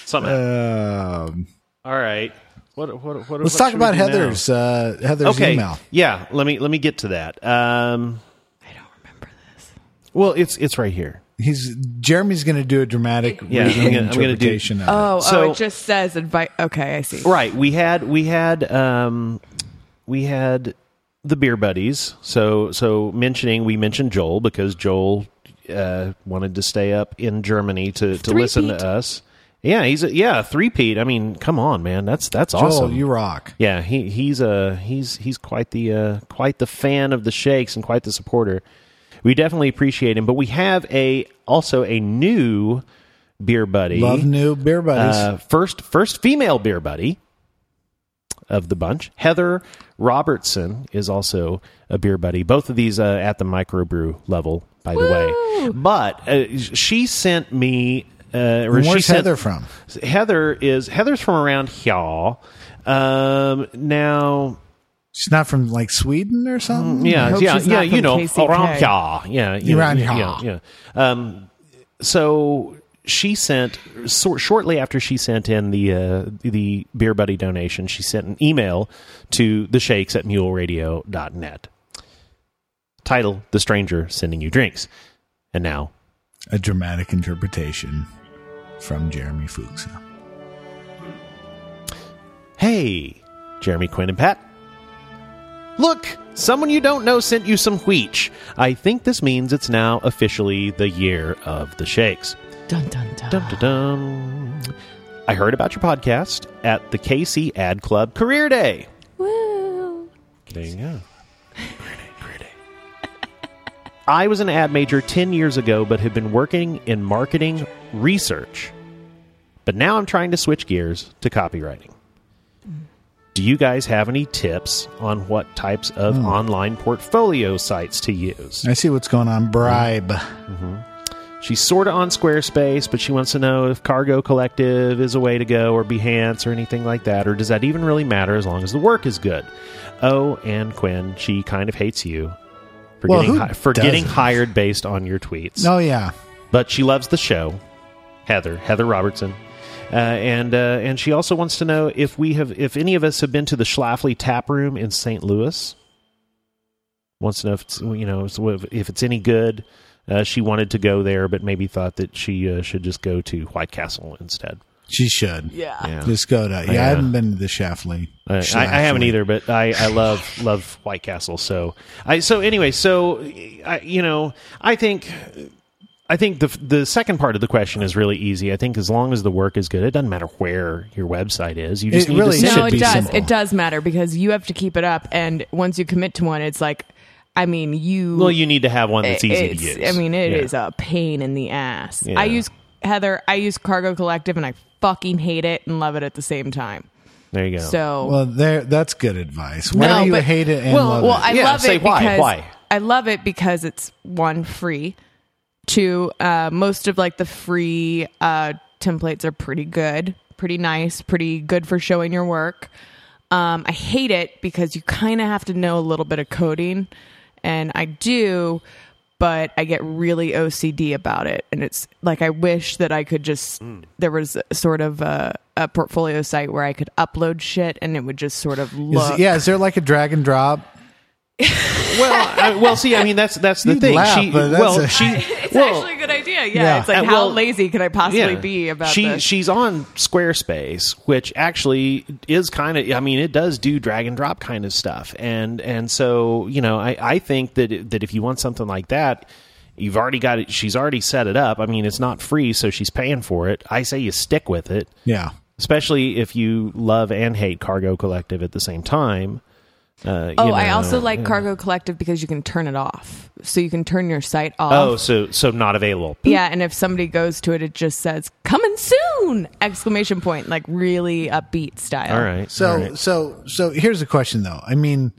Somehow. Uh, Um, All right. What? What? what Let's what talk should we about do now? Heather's uh, Heather's Okay. email. Yeah. Let me let me get to that. Um, I don't remember this. well, it's it's right here. He's Jeremy's going to do a dramatic Yeah, I'm reading gonna- I'm gonna do- interpretation of it. Oh, So- oh, it just says invite. Okay, I see. Right. We had we had um, we had the beer buddies. So so mentioning we mentioned Joel because Joel uh, wanted to stay up in Germany to, to listen to Three-peat. us. Yeah, he's a, yeah three peat. I mean, come on, man. That's that's Joel, awesome. you rock. Yeah, he he's uh he's he's quite the uh quite the fan of the shakes and quite the supporter. We definitely appreciate him, but we have a also a new beer buddy. Love new beer buddies. uh, first first female beer buddy of the bunch. Heather Robertson is also a beer buddy. Both of these uh, at the microbrew level, by the way. But uh, she sent me uh, or And she Where's sent, Heather from? Heather is Heather's from around here. Um, now, She's not from like Sweden or something. yeah, hope yeah, she's yeah, not you from know, KCK. around here, yeah, you Around know, yeah, here. yeah, yeah. Um, so she sent sor- shortly after she sent in the uh, the beer buddy donation. She sent an email to the shakes at muleradio.net. Title: The stranger sending you drinks, and now A dramatic interpretation from Jeremy Fuchs. Hey, Jeremy Quinn and Pat. Look, someone you don't know sent you some wheat. I think this means it's now officially the year of the shakes. Dun dun dun. Dum, dum, dum. I heard about your podcast at the KC Ad Club Career Day. Woo. There you go. I was an ad major 10 years ago, but have been working in marketing research. But now I'm trying to switch gears to copywriting. Do you guys have any tips on what types of online portfolio sites to use? I see what's going on. Bribe. She's sort of on Squarespace, but she wants to know if Cargo Collective is a way to go or Behance or anything like that, or does that even really matter as long as the work is good? Oh, and Quinn, she kind of hates you for, Well, getting, who hi- for getting doesn't? hired based on your tweets. Oh yeah. But she loves the show, Heather, Heather Robertson. Uh, and uh, and she also wants to know if we have if any of us have been to the Schlafly Tap Room in St. Louis. Wants to know if it's, you know if it's any good. Uh, she wanted to go there, but maybe thought that she uh, should just go to White Castle instead. She should. Yeah. Just go to. Yeah, Yeah. I haven't been to the Shafley. I, Uh, I, I haven't either, but I, I love love White Castle. So I so anyway, so I, you know, I think I think the the second part of the question is really easy. I think as long as the work is good, it doesn't matter where your website is. You just It need really- to should No, it be does. simple. It does matter because you have to keep it up, and once you commit to one, it's like, I mean, you. well, you need to have one that's easy it's- to use. I mean, it is Yeah. a pain in the ass. Yeah. I use Heather. I use Cargo Collective, and I fucking hate it and love it at the same time. There you go. So Well, there. That's good advice. Why do you but- hate it and well, love well, it? I Yeah, love say it why, because why. I love it because it's one free. Two, uh, most of like the free uh, templates are pretty good, pretty nice, pretty good for showing your work. Um, I hate it because you kind of have to know a little bit of coding, and I do, but I get really OCD about it, and it's like I wish that I could just Mm. there was sort of a, a portfolio site where I could upload shit and it would just sort of Is- look yeah. Is there like a drag and drop? well, I, well, see, I mean, that's that's the You thing. laugh, she, but that's well, a- she, It's well, actually a good idea. Yeah, Yeah. it's like Uh, how well, lazy could I possibly be about she, this? She's on Squarespace, which actually is kind of. I mean, it does do drag and drop kind of stuff, and and so you know, I I think that that if you want something like that. You've already got it. She's already set it up. I mean, it's not free, so she's paying for it. I say you stick with it, Yeah. especially if you love and hate Cargo Collective at the same time. Uh, oh, you I know. also like Cargo Collective because you can turn it off, so you can turn your site Oh, off. so so not available. Yeah, and if somebody goes to it, it just says "coming soon!" exclamation point, like really upbeat style. All right. So all right. so so here's a question though. I mean,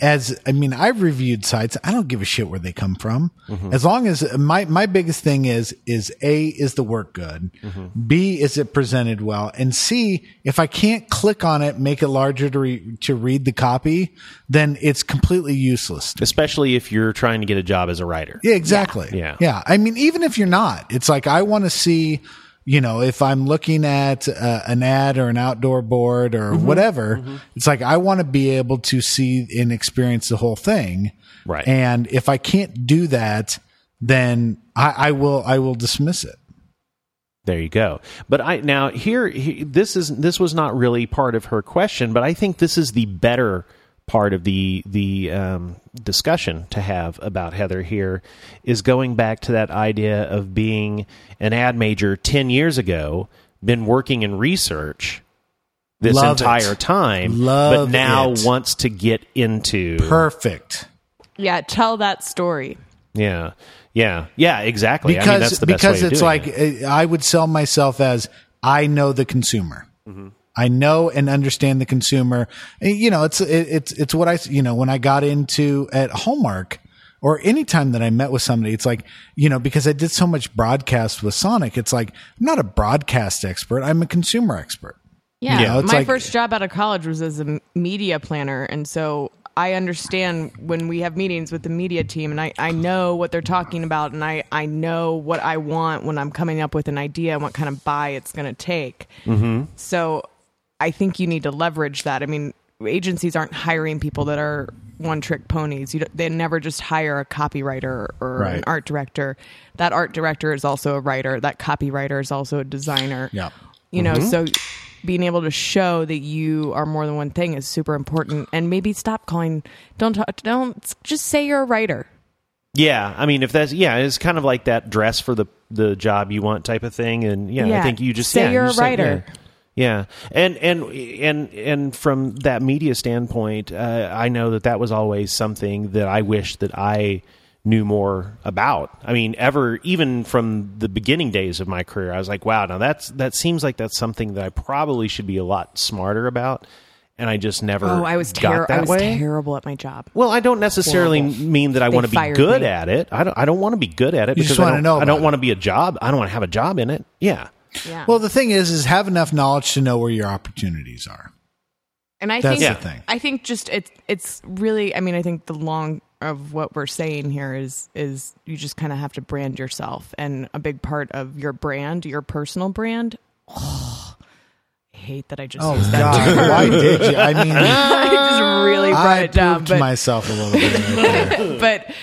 as I mean, I've reviewed sites. I don't give a shit where they come from. Mm-hmm. As long as uh, my my biggest thing is is a is the work good, Mm-hmm. b is it presented well, and c if I can't click on it, make it larger to re, to read the copy, then it's completely useless. especially if you're trying to get a job as a writer. Yeah, exactly. Yeah. Yeah. I mean, even if you're not, it's like I want to see, you know, if I'm looking at uh, an ad or an outdoor board or Mm-hmm. whatever, it's like I want to be able to see and experience the whole thing. Right. And if I can't do that, then I, I will I will dismiss it. There you go. But I now here he- this is this was not really part of her question, but I think this is the better part of the the um, discussion to have about Heather here is going back to that idea of being an ad major ten years ago, been working in research this Love it. entire time, Love but now it. wants to get into Perfect. Yeah, tell that story. yeah yeah yeah exactly I mean, Because that's the best because way of it's doing like it. uh, I would sell myself as I know the consumer. Mm-hmm. I know and understand the consumer. And, You know, it's it, it's it's what I you know when I got into at Hallmark or any time that I met with somebody, it's like you know because I did so much broadcast with Sonic. It's like I'm not a broadcast expert. I'm a consumer expert. Yeah, You know, it's my like- first job out of college was as a m- media planner, and so I understand when we have meetings with the media team, and I, I know what they're talking about, and I, I know what I want when I'm coming up with an idea and what kind of buy it's going to take. Mm-hmm. So I think you need to leverage that. I mean, agencies aren't hiring people that are one trick ponies. You don't, they never just hire a copywriter or Right. an art director. That art director is also a writer. That copywriter is also a designer Yeah. you know so being able to show that you are more than one thing is super important. And maybe stop calling. Don't talk. Don't just say you're a writer. Yeah, I mean, if that's yeah, it's kind of like that dress for the the job you want type of thing, and yeah, I Yeah. think you just Say yeah, you're a just say, yeah. writer. Yeah, and and and and from that media standpoint, uh, I know that that was always something that I wish that I knew more about. I mean, ever even from the beginning days of my career, I was like, wow, now that's that seems like that's something that I probably should be a lot smarter about, and I just Er, never. Oh, I was got terrible. that I was way. terrible at my job. Well, I don't necessarily Horrible. mean that I They want to be fired good me. at it. I don't. I don't want to be good at it You because just I wanna don't. know I about don't it. want to be a job. I don't want to have a job in it. Yeah. Yeah. Well, the thing is, is have enough knowledge to know where your opportunities are. And I That's think the thing. I think just it's it's really I mean I think the long of what we're saying here is is you just kind of have to brand yourself and a big part of your brand, your personal brand. Oh, I hate that I just Oh used that. God, why did you? I mean, I just really brought I it down, pooped but myself a little bit. Right there. but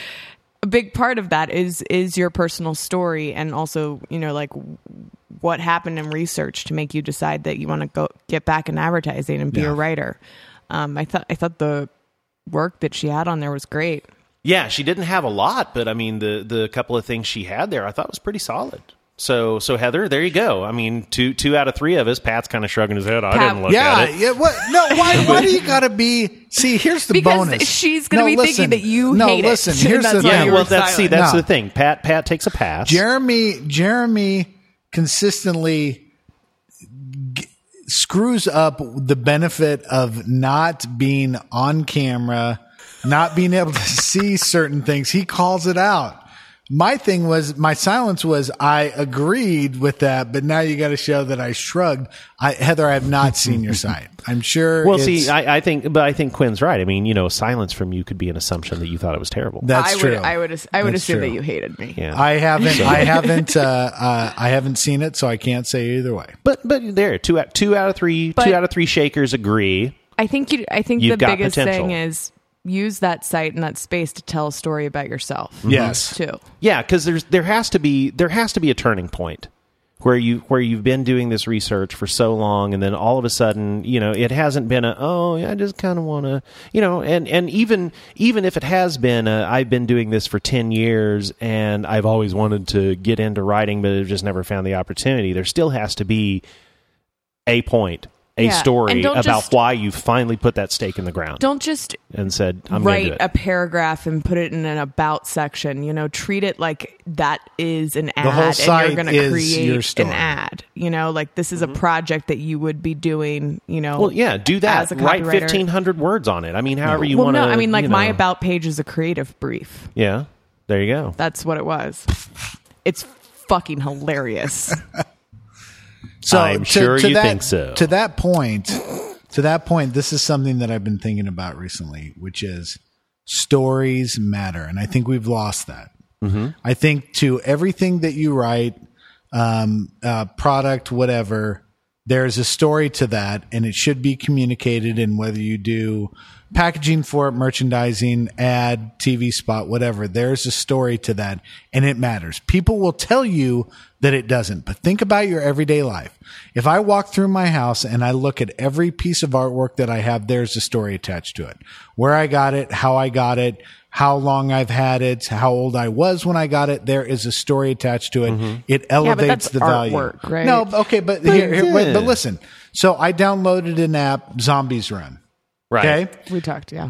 a big part of that is is your personal story and also you know like w- what happened in research to make you decide that you want to go get back in advertising and be Yeah. a writer um i thought i thought the work that she had on there was great Yeah. She didn't have a lot, but I mean the the couple of things she had there, I thought was pretty solid. So so Heather, there you go. I mean, two two out of three of us. Pat's kind of shrugging his head. I Pat- didn't look yeah, at it. yeah. What? No. Why? Why do you gotta be? See, here's the Because bonus. she's gonna No, be thinking listen. that you No, hate it. listen. Here's That's the why thing. you Yeah, well, were that's see, silent. that's No. the thing. Pat Pat takes a pass. Jeremy Jeremy consistently g- screws up the benefit of not being on camera, not being able to see certain things. He calls it out. My thing was my silence was I agreed with that, but now you got to show that I shrugged. I, Heather, I have not seen your site. I'm sure. well, it's- see, I, I think, but I think Quinn's right. I mean, you know, silence from you could be an assumption that you thought it was terrible. that's i would true. i would as- i would That's assume true. that you hated me yeah. I haven't. I haven't. Uh, uh, I haven't seen it, so I can't say either way. But but there, two out two out of three But- two out of three shakers agree. I think you. I think You've the got biggest potential. thing is use that site and that space to tell a story about yourself. Yes. too. Yeah, because there's there has to be there has to be a turning point where you where you've been doing this research for so long, and then all of a sudden, you know, it hasn't been a oh yeah, I just kind of want to you know, and and even even if it has been a, I've been doing this for ten years and I've always wanted to get into writing, but I've just never found the opportunity. There still has to be a point. A Yeah, story and don't about just- why you finally put that stake in the ground Don't just and said, "I'm going to do write it." a paragraph and put it in an about section. You know, treat it like that is an ad, whole and site you're going is to your create story. an ad. You know, like this is a project that you would be doing. You know, Well, yeah, do as that. a Write copywriter. fifteen hundred words on it. I mean, however you well, want to. no, I mean, like my about page is a creative brief. Yeah, there you go. That's what it was. It's fucking hilarious. So I'm sure you that, think so. To that point, to that point, this is something that I've been thinking about recently, which is stories matter, and I think we've lost that. Mm-hmm. I think to everything that you write, um, uh, product, whatever, there's a story to that, and it should be communicated. And whether you do packaging for it, merchandising, ad, TV spot, whatever, there's a story to that, and it matters. People will tell you that it doesn't, but think about your everyday life. If I walk through my house and I look at every piece of artwork that I have, there's a story attached to it. Where I got it, how I got it, how long I've had it, how old I was when I got it. There is a story attached to it. It elevates that's the value. artworait, right? No, okay, but here, here, wait, yeah. but listen. So I downloaded an app, Zombies Run. Right. Okay, we talked, yeah.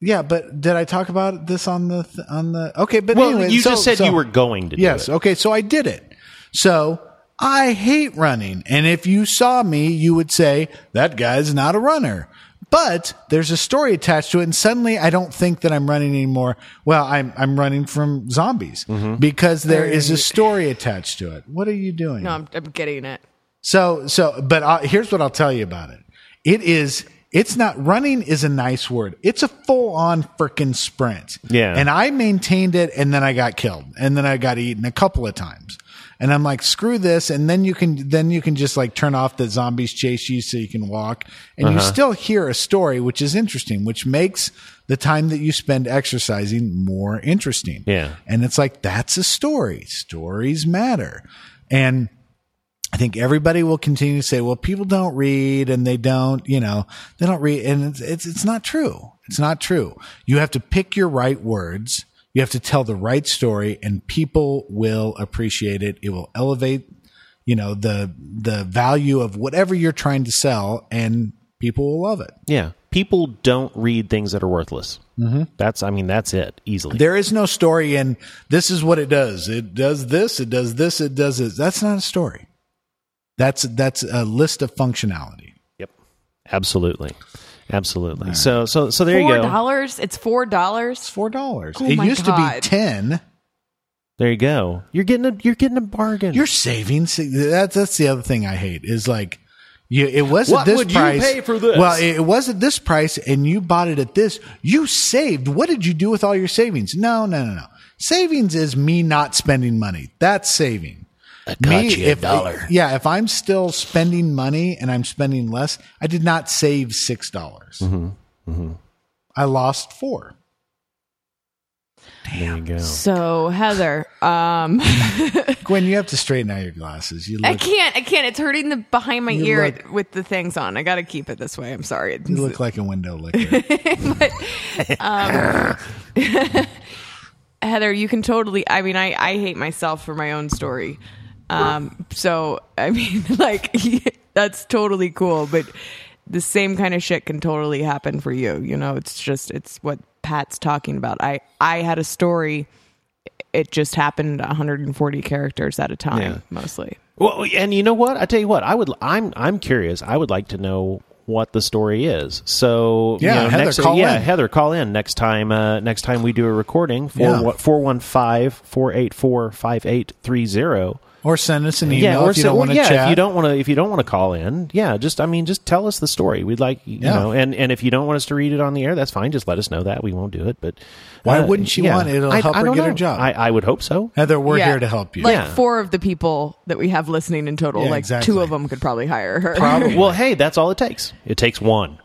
yeah, but did I talk about this on the th- on the? Okay, but Well, anyway, you so- just said so- you were going to. do Yes. it. Okay. So I did it. So I hate running. And if you saw me, you would say, that guy's not a runner. But there's a story attached to it. And suddenly I don't think that I'm running anymore. Well, I'm, I'm running from zombies Mm-hmm. because there is a story attached to it. What are you doing? No, I'm, I'm getting it. So, so, but I, here's what I'll tell you about it. It is, it's not running is a nice word. It's a full on freaking sprint. Yeah. And I maintained it and then I got killed and then I got eaten a couple of times. And I'm like, screw this. And then you can, then you can just like turn off the zombies chase you so you can walk and you Uh-huh. still hear a story, which is interesting, which makes the time that you spend exercising more interesting. Yeah. And it's like, that's a story. Stories matter. And, think everybody will continue to say, well, people don't read and they don't, you know, they don't read. And it's, it's, it's not true. It's not true. You have to pick your right words. You have to tell the right story and people will appreciate it. It will elevate, you know, the, the value of whatever you're trying to sell and people will love it. Yeah. People don't read things that are worthless. Mm-hmm. That's, I mean, that's it easily. There is no story in this is what it does. It does this, it does this, it does this. That's not a story. That's that's a list of functionality. yep. Absolutely. Absolutely. So, so, so there you four go. dollars. It's four It's dollars. four dollars. Oh it my used to be God. ten. There you go. You're getting a, you're getting a bargain. You're saving. si- That's that's the other thing I hate is like, you, it was What at this would you price. pay for this? Well, it was at this price, and you bought it at this. You saved. What did you do with all your savings? No, no, no, no. Savings is me not spending money. That's saving. got you a dollar. Yeah, if I'm still spending money and I'm spending less, I did not save six dollars. Mm-hmm. I lost four. there you go. So Heather, um, Gwen, you have to straighten out your glasses. You I look, can't. I can't. It's hurting the behind my You ear look- with the things on. I got to keep it this way. I'm sorry. It's- you look like a window licker. Heather, you can totally. I mean, I, I hate myself for my own story. Um, so I mean, like that's totally cool, but the same kind of shit can totally happen for you. You know, it's just it's what Pat's talking about. I I had a story. It just happened 140 characters at a time, Yeah. mostly. Well, and you know what? I tell you what. I would. I'm. I'm curious. I would like to know what the story is. So you Yeah, know, Heather, next, call yeah, in. Heather, call in next time. Uh, next time we do a recording Yeah. for four one five four eight four five eight three zero. Or send us an email Yeah, or if you so- don't well, want to yeah, chat. if you don't want to, if you don't want to call in, yeah, just I mean, just tell us the story. We'd like you Yeah. know, and and if you don't want us to read it on the air, that's fine. Just let us know that we won't do it. But uh, Why wouldn't she want it? It'll I- help I her don't get her know. job. I, I would hope so. Heather, we're Yeah. here to help you. Like Yeah. four of the people that we have listening in total, Yeah, like exactly. two of them could probably hire her. Well, hey, that's all it takes. It takes one.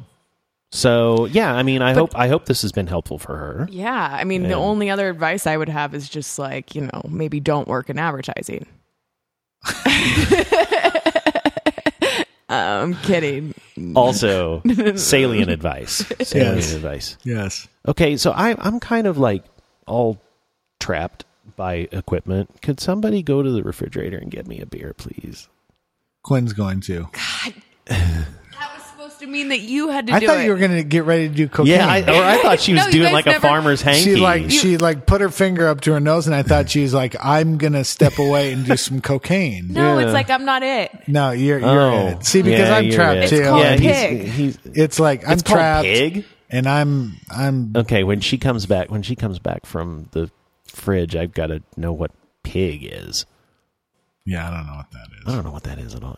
So yeah, I mean, I hope I hope this has been helpful for her. yeah, I mean, the Yeah. only other advice I would have is just like you know maybe don't work in advertising. I'm Um, kidding. Also, salient advice. Salient Mm. Yes. advice. yes. Okay, so I, I'm kind of like all trapped by equipment. Could somebody go to the refrigerator and get me a beer, please? Quinn's going to. That was supposed to mean that you had to I do thought it. you were going to get ready to do cocaine. Yeah, I, oh, or I thought she was No, you doing guys like a never- farmer's she hanky. like she like put her finger up to her nose, and I thought she was like, "I'm going to step away and do some cocaine." no, Yeah. it's like I'm not it. No, you're you're oh, in it. See, because Yeah, I'm you're trapped it. too. It's called yeah, he's- pig. He's, It's like I'm it's called trapped, pig. and I'm I'm Okay, when she comes back, when she comes back from the fridge, I've got to know what pig is. yeah. I don't know what I that is. don't know what that is at all.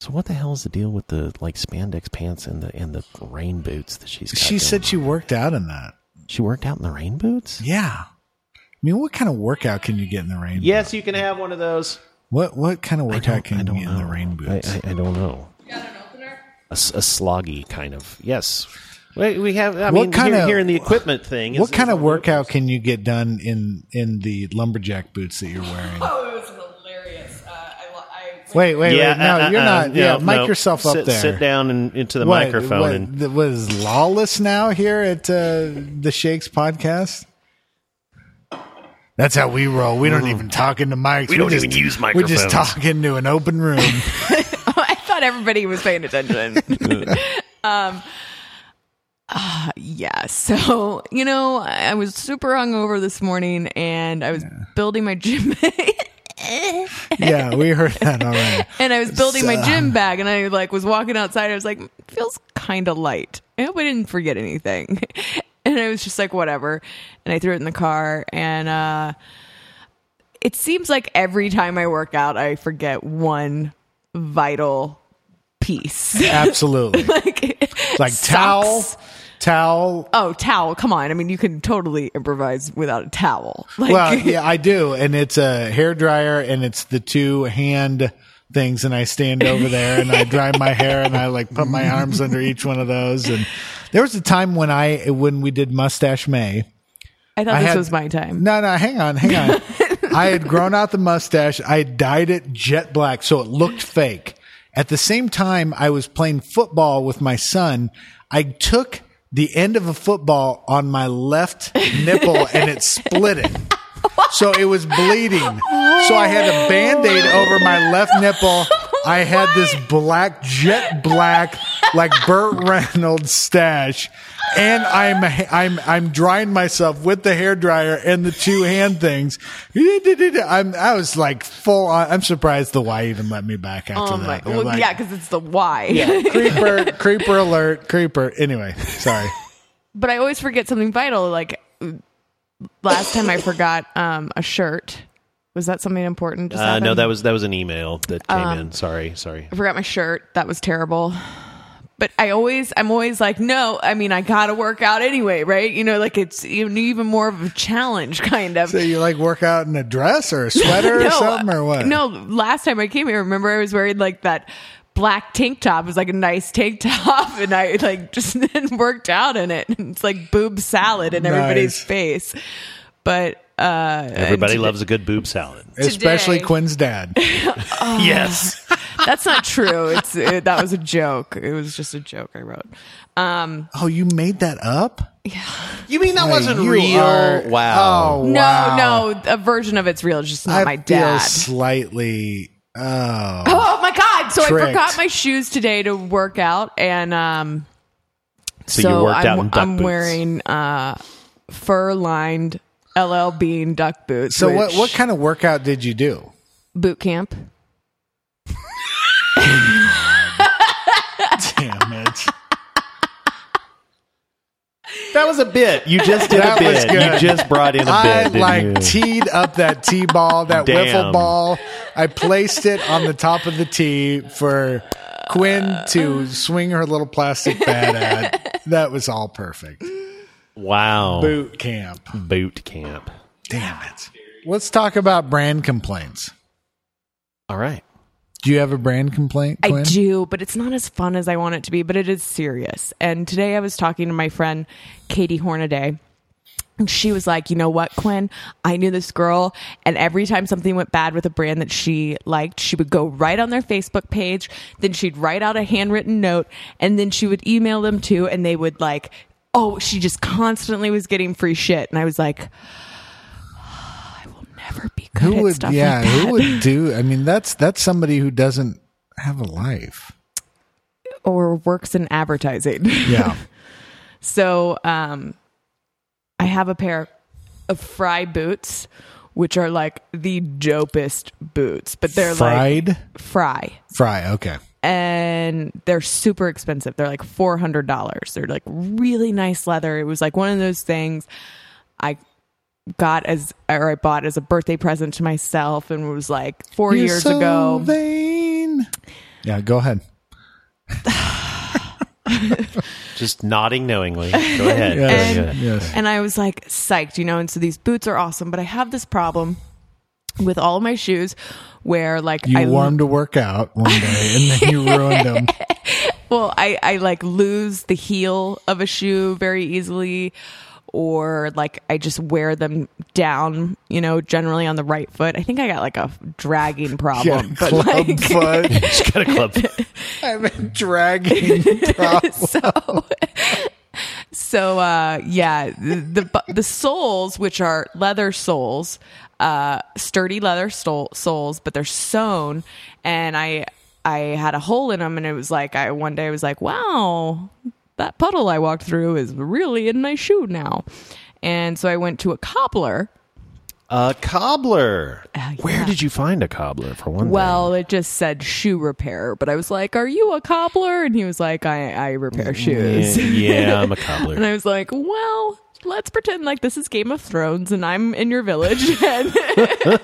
So what the hell is the deal with the like spandex pants and the and the rain boots that she's got? She going said on? she worked out in that. she worked out in the rain boots. Yeah. I mean, what kind of workout can you get in the rain? Yes, you can have one of those. What what kind of I workout don't, can I you get don't in know. the rain boots? I, I, I don't know. You got an opener? A, s- a sloggy kind of yes. We, we have. I What mean, kind here, of- here in the equipment thing. is- what kind is of one workout can you get done in in the lumberjack boots that you're wearing? Oh, it was hilarious. Uh, I, I Wait, wait, wait. No, uh, you're uh, not. uh, yeah, no, mic no. yourself up Sit- there. Sit down and into the What- microphone What, and th- what is lawless now here at uh, the Shakes podcast? That's how we roll. We don't even talk into mics. We don't even use We're just microphones. talking to an open room. I thought everybody was paying attention. um, ah, yeah. So, you know, I I was super hungover this morning and I was building my gym yeah, we heard that already. and I was building my uh, gym bag and I like was walking outside. I was like, feels kind of light. I hope I didn't forget anything. and I was just like, whatever. And I threw it in the car and, uh, it seems like every time I work out, I forget one vital piece. Absolutely. like, Like socks. towel, towel. Oh, towel! Come on. I mean, you can totally improvise without a towel. Like, Well, yeah, I do, and it's a hair dryer, and it's the two hand things, and I stand over there and I dry my hair, and I like put my arms under each one of those. And there was a time when I when we did Mustache May. I thought I Oh, this had- was my time. No, no, hang on, hang on. I had grown out the mustache. I had dyed it jet black so it looked fake. At the same time, I was playing football with my son. I took the end of a football on my left nipple and it split it. So it was bleeding. So I had a band aid over my left nipple. I had this black, jet black, like Burt Reynolds stash. And I'm, I'm, I'm drying myself with the hair dryer and the two hand things. I'm, I was like full on. I'm surprised the Y even let me back after Oh my! that. They're Well, like, yeah, because it's the why. creeper, creeper alert, creeper. Anyway, sorry. but I always forget something vital. Like last time, I forgot um, a shirt. Was that something important? Just Uh, no, happened? that was that was an email that came in. Sorry, sorry. I forgot my shirt. That was terrible. But I always, I'm always like, no. I mean, I gotta work out anyway, right? You know, like it's even even more of a challenge, kind of. uh, So you like work out in a dress or a sweater or something or what? No, last time I came here, remember I was wearing like that black tank top. It was like a nice tank top, and I like just then worked out in it. And it's like boob salad in everybody's Nice. face. But uh, Everybody loves a good boob salad. especially today. Quinn's dad. Yes. that's not true. It's it, that was a joke. It was just a joke I wrote. Um, Oh, you made that up? You mean that Wait, wasn't you real? are- wow. Oh, no, wow. no, a version of it's real. It's just not I my feel dad. slightly. Oh, Oh my god! So I Tricked. forgot my shoes today to work out, and um, So you worked I'm, out in duck I'm boots. wearing uh, fur-lined LL Bean duck boots. so what? which- What kind of workout did you do? boot camp? Damn it! That was a bit. You just did That a was bit. You good. just brought in a bit. I didn't like you? teed up that tee ball, that Damn. wiffle ball. I placed it on the top of the tee for Quinn to swing her little plastic bat at. That was all perfect. wow. Boot camp. Boot camp. Damn it. Let's talk about brand complaints. All right. Do you have a brand complaint? I Quinn? do, but it's not as fun as I want it to be. But it is serious. And today I was talking to my friend Katie Hornaday. And she was like, you know what, Quinn? I knew this girl, and every time something went bad with a brand that she liked, she would go right on their Facebook page. Then she'd write out a handwritten note, and then she would email them too, and they would like, oh, she just constantly was getting free shit. And I was like, I will never be good Who at would? stuff Yeah, like that. who would do? I mean, that's that's somebody who doesn't have a life. or works in advertising. Yeah. So um, I have a pair of fry boots, which are like the dopest boots, but they're Fried like fry fry. Okay. and they're super expensive. They're like $400. They're like really nice leather. It was like one of those things I got as or I bought as a birthday present to myself and was like 4 You're years so ago. vain. Yeah. Go ahead. Just nodding knowingly. Go ahead. Yes. Go ahead. yes. And I was like psyched, you know. And so these boots are awesome, but I have this problem with all of my shoes where like You I wore them to work out one day, and then you ruined them. well, I I like lose the heel of a shoe very easily or like I just wear them down, you know, generally on the right foot. I think I got like a dragging Yeah, problem, but club like foot. Just got a club. I've been dragging. problems. so uh yeah, the the, bu- the soles which are leather soles, uh sturdy leather stole, soles, but they're sewn and I I had a hole in them and it was like I one day I was like, "Wow, that puddle I walked through is really in my shoe now." And so I went to a cobbler A cobbler. Where yeah. did you find a cobbler for one? Well, it just said shoe repair, but I was like, "Are you a cobbler?" And he was like, "I I repair shoes." thing? yeah, I'm a And cobbler. I was like, "Well, let's pretend like this is Game of Thrones and I'm in your village and, and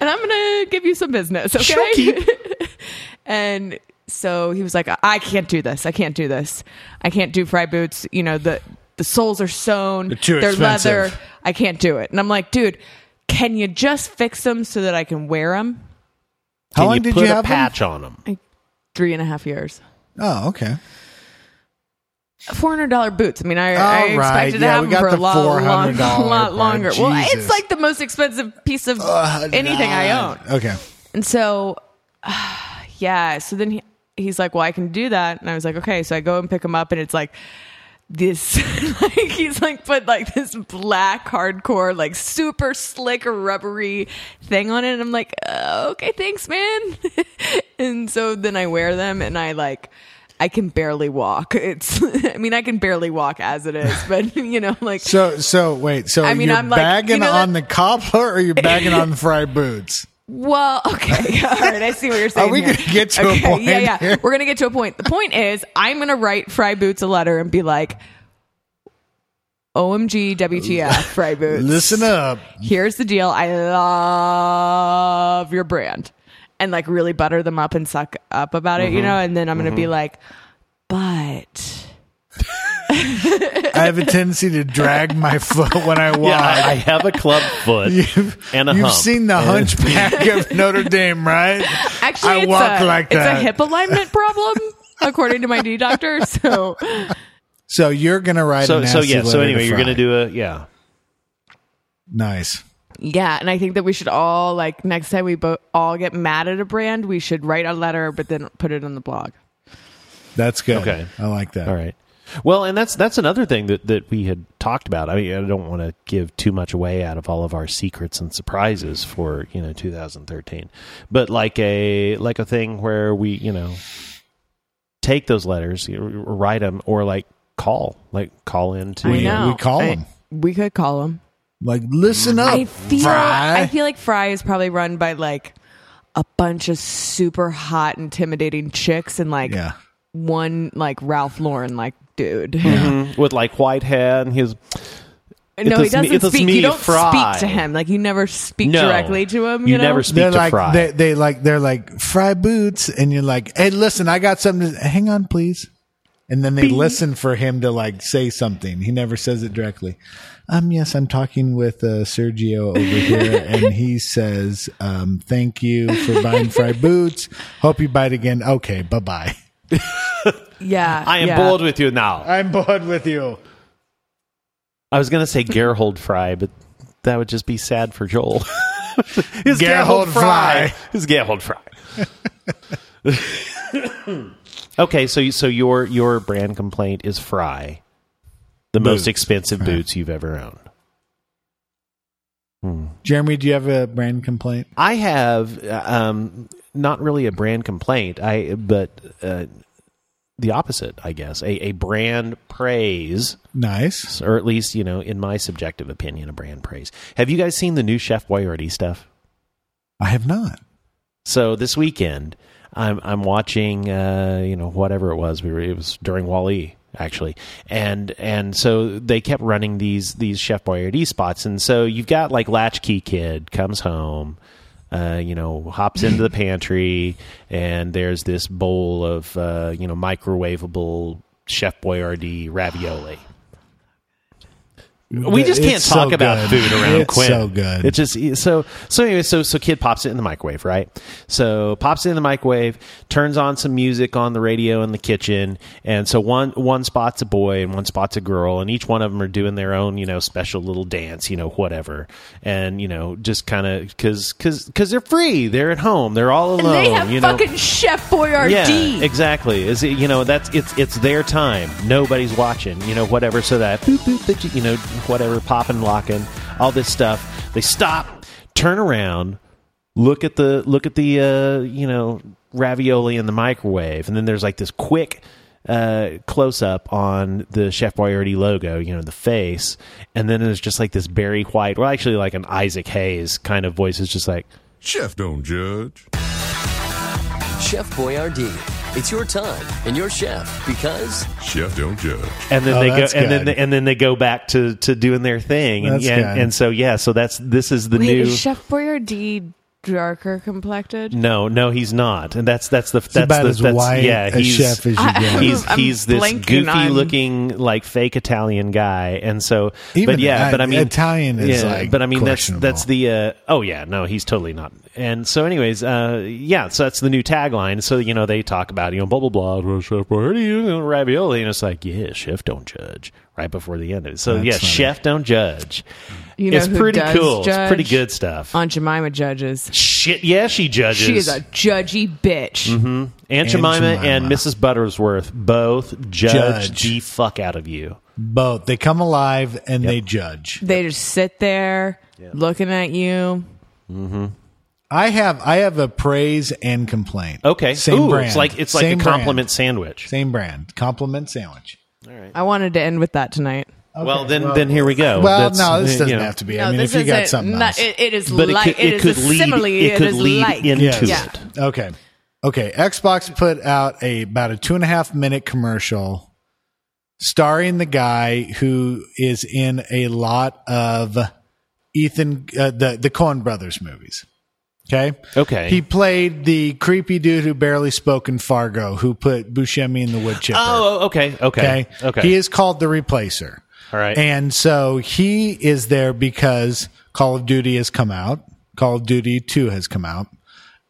I'm going to give you some business, okay?" and so he was like, "I- "I can't do this. I can't do this. I can't do fry boots. You know, the the soles are sewn. They're, too leather. expensive. I can't do it." And I'm like, "Dude, can you just fix them so that I can wear them?" How Can long you did put you a have them? patch on them? Three and a half years. Oh, okay. four hundred dollar boots. I mean, I, I All right. expected to Yeah, have we them got for the a lot, long, $400 lot part. longer. Well, Jesus. Uh, it's like the most expensive piece of anything I own. Okay. And so, yeah. So then he, he's like, "Well, I can do that." And I was like, "Okay." So I go and pick him up, and it's like this. like he's like put like this black hardcore, like super slick, rubbery thing on it, and I'm like, uh, "Okay, thanks, man." and so then I wear them, and I like. I can barely walk. It's, I mean, I can barely walk as it is, but you know, like, So so wait. So I mean, you're I'm like, you bagging know on that- the cobbler or you're bagging on the fried boots? Well, okay. All right. I see what you're saying. we here. gonna get to a Okay, point Yeah, yeah. here? We're going to get to a point. The point is, I'm going to write Fry Boots a letter and be like, OMG WTF, Fry Boots. Listen up. Here's the deal. I love your brand. And like really butter them up and suck up about it, you Mm-hmm. know? And then I'm going to be like, but. I have a tendency to drag my foot when I walk. Yeah, I, I have a club foot and a You've hump. seen the And- hunchback of Notre Dame, right? Actually, I it's, walk a, like that. it's a hip alignment problem, according to my knee doctor. So So you're gonna write. a So so nasty yeah. So letter anyway, you're Fry. gonna do a yeah. nice. Yeah, and I think that we should all like next time we bo- all get mad at a brand, we should write a letter, but then put it on the blog. That's good. Okay. I like that. All right. Well, and that's that's another thing that, that we had talked about. I mean, I don't want to give too much away out of all of our secrets and surprises for you know 2013, but like a like a thing where we you know take those letters, you know, write them, or like call, like call in to I know. We call I- them. We could call them. Like, listen up, I feel. Fry. I feel like Fry is probably run by like a bunch of super hot, intimidating chicks and like yeah. one like Ralph Lauren like dude. Mhm. with like white hat and his no, he It's me- doesn't it's speak. me, You don't Fry. speak to him. Like you never speak No. directly to him. You, You, know? never speak They're to like Fry. they they like they're like fry boots, and you're like, hey, listen, I got something. To, hang on, please. And then they listen for him to like say something. He never says it directly. Um, yes, I'm talking with uh, Sergio over here, and he says, um, "Thank you for buying fry boots. Hope you buy it again. Okay, bye bye. Yeah, I am yeah. bored with you now. I'm bored with you. I was gonna say Gerhold Fry, but that would just be sad for Joel. His Gerhold Fry. His Gerhold Fry. okay, so so your your brand complaint is Fry, the Boots. most expensive boots you've ever owned. Jeremy, do you have a brand complaint? I have uh, um, not really a brand complaint, I but uh, the opposite, I guess, a, a brand praise. Nice. or at least you know in my subjective opinion a brand praise have you guys seen the new chef boyardee stuff I have not. so this weekend i'm i'm watching uh you know whatever it was we were it was during wall-e actually and and so they kept running these these chef boyardee spots and so you've got like latchkey kid comes home uh, you know, hops into the pantry, and there's this bowl of uh, you know microwavable Chef Boyardee ravioli. We just can't It's talk so about good. food around It's Quinn. so good. It's just so so anyway. So so kid pops it in the microwave, right? So pops it in the microwave, turns on some music on the radio in the kitchen, and so one one spot's a boy and one spot's a girl, and each one of them are doing their own you know special little dance, you know whatever, and you know just kind of because because because they're free, they're at home, they're all alone, And they have you know. fucking Chef Boyardee. Yeah, exactly. Is it, you know that's it's it's their time. Nobody's watching. You know whatever. So that boop boop, bitch, you know whatever popping, locking, all this stuff. They stop, turn around, look at the look at the uh, you know ravioli in the microwave, and then there's like this quick uh, close up on the Chef Boyardee logo, you know the face, and then there's just like this Barry White, well actually like an Isaac Hayes kind of voice is just like. Chef don't judge. Chef Boyardee. It's your time and your chef because Chef don't judge. and then Oh, they go that's and then good. they, and then they go back to to doing their thing and That's and, good. and so yeah so that's this is the Wait, new is Chef Boyardee darker complected? No, no, he's not, and that's that's the that's about the as that's, white yeah, a he's, chef as you get. He's I'm he's this blanking goofy on- looking like fake Italian guy, and so but Even yeah, I- but I mean Italian is, like, but I mean that's that's questionable. the uh, oh yeah no he's totally not, and so anyways uh, yeah so that's the new tagline. So you know they talk about you know blah blah blah well, chef Boyardee you know, ravioli, and it's like yeah chef don't judge right before the end of it. So That's yeah funny. chef don't judge. You know it's who pretty does cool. It's pretty judge? good stuff. Aunt Jemima judges. Shit, yeah, she judges. Mm-hmm. She is a judgy bitch. Aunt Aunt Jemima, Jemima. and Mrs. Buttersworth both judge, Judge. the fuck out of you. Both. They come alive and they judge. They just sit there looking at you. I have I have a praise and complaint. Okay, Same Ooh, brand. It's like it's like Same a brand. compliment sandwich. Same brand. Compliment sandwich. I wanted to end with that tonight. well, then then here we go. Well, Oh, That's- no, this doesn't you know. have to be. I mean, if you got something else. It, it is But it like could, it could lead it could lead into Yes. Yeah. it. Okay. Okay. Xbox put out a about a two and a half minute commercial starring the guy who is in a lot of Ethan uh, the the Coen Brothers movies. Okay. Okay. He played the creepy dude who barely spoke in Fargo, who put Buscemi in the wood chipper. Oh, okay, okay, okay. He is called the replacer. All right. And so he is there because Call of Duty has come out. Call of Duty 2 has come out.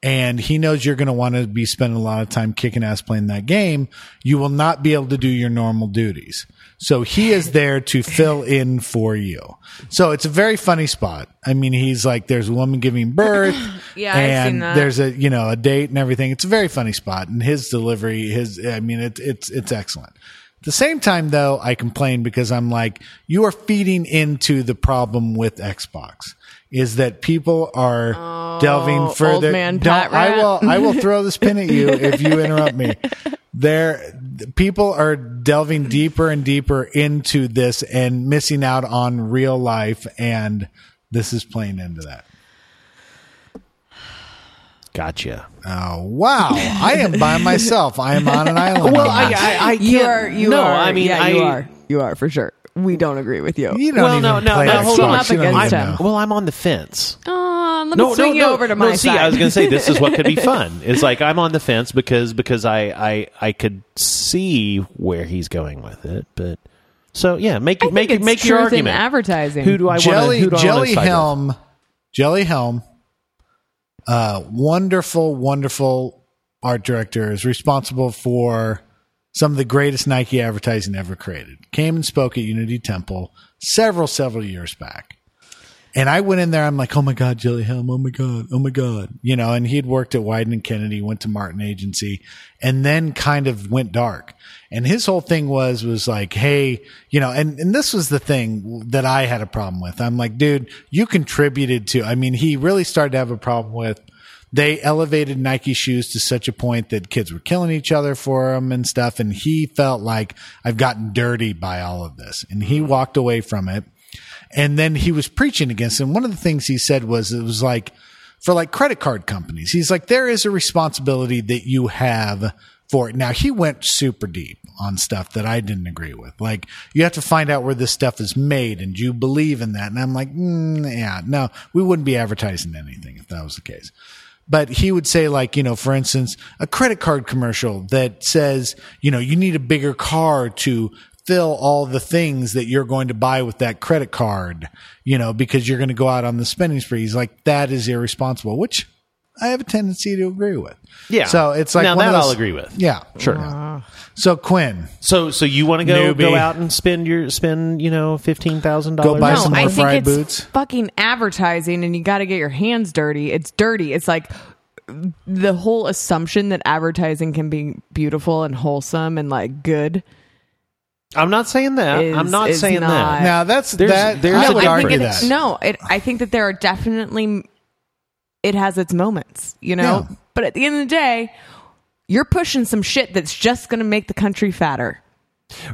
And he knows you're going to want to be spending a lot of time kicking ass playing that game. You will not be able to do your normal duties. So he is there to fill in for you. So it's a very funny spot. I mean, he's like, there's a woman giving birth. Yeah, I've and seen that. there's a you know a date and everything. It's a very funny spot, and his delivery, his I mean, it, it's it's excellent. At the same time, though, I complain because I'm like, you are feeding into the problem with Xbox is that people are Oh. delving further. man Don't- Pat I Rat. will I will throw this pin at you if you interrupt me. There, th- people are delving deeper and deeper into this and missing out on real life, and this is playing into that. Gotcha. Oh wow! I am by myself. I am on an island. Well, I, I, I you can't- are. You no, are. I mean, yeah, I, you are. You are for sure. We don't agree with you. you don't well, even no, no, play no. Xbox. Hold on. Up You don't against even him. know. Well, I'm on the fence. Uh, let me swing you over to my see, side. I was going to say this is what could be fun. It's like I'm on the fence because because I I I could see where he's going with it, but so yeah, make I make think it's make your truth in argument. advertising. Who do I want? Jelly who do I wanna Jelly side with? Helm, Jelly Helm, uh, wonderful, wonderful art director is responsible for some of the greatest Nike advertising ever created. Came and spoke at Unity Temple several several years back. And I went in there. I'm like, oh my god, Jelly Helm, oh my god, oh my god, you know. And he had worked at Wyden and Kennedy, went to Martin Agency, and then kind of went dark. And his whole thing was was like, hey, you know, and and this was the thing that I had a problem with. I'm like, dude, you contributed to. I mean, he really started to have a problem with. They elevated Nike shoes to such a point that kids were killing each other for them and stuff. And he felt like I've gotten dirty by all of this. And he walked away from it and then he was preaching against them. One of the things he said was it was like for like credit card companies. He's like there is a responsibility that you have for it. Now he went super deep on stuff that I didn't agree with. Like you have to find out where this stuff is made and do you believe in that? And I'm like, mm, yeah, no, we wouldn't be advertising anything if that was the case but he would say like you know for instance a credit card commercial that says you know you need a bigger car to fill all the things that you're going to buy with that credit card you know because you're going to go out on the spending spree he's like that is irresponsible which i have a tendency to agree with Yeah. so it's like Now one of that I'll those- agree with. yeah Sure. Yeah. so quinn So so you want to go Newbie. go out and spend your spend you know fifteen thousand dollars? Go buy no, some I more think fried it's boots. fucking advertising, and you got to get your hands dirty. It's dirty. It's like the whole assumption that advertising can be beautiful and wholesome and like good. I'm not saying that. Is- I'm not is saying not. that. now that's There's- that there's i a would difference. argue think that it's, no. It, I think that there are definitely it has its moments, you know. Yeah. But at the end of the day, you're pushing some shit that's just going to make the country fatter.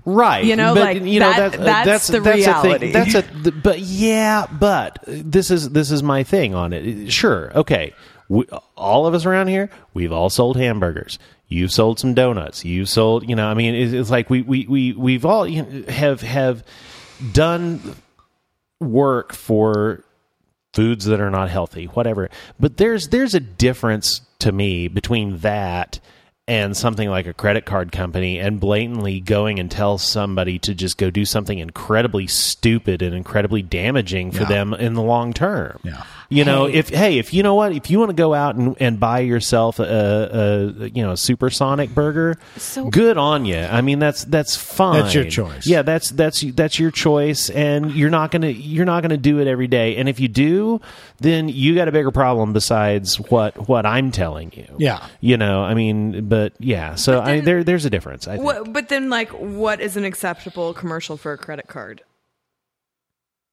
Right. You know, like, that- that's the A reality. thing. uh, That's a th- but yeah, but uh, this is this is my thing on it. Sure. Okay. We, all of us around here, we've all sold hamburgers. You've sold some donuts. You've sold, you know, I mean, it's, it's like we we we we've all you know, have have done work for foods that are not healthy, whatever. But there's there's a difference to me between that and something like a credit card company and blatantly going and tell somebody to just go do something incredibly stupid and incredibly damaging for Yeah. them in the long term. Yeah. You know, if hey, if you know what, if you want to go out and, and buy yourself a, a you know a supersonic burger, So- good on you. I mean, that's that's fine. That's your choice. Yeah, that's that's that's your choice, and you're not gonna you're not gonna do it every day. And if you do, then you got a bigger problem besides what what I'm telling you. Yeah. you know, I mean, but yeah. So I there there's a difference. I think. What, but then, like, what is an acceptable commercial for a credit card?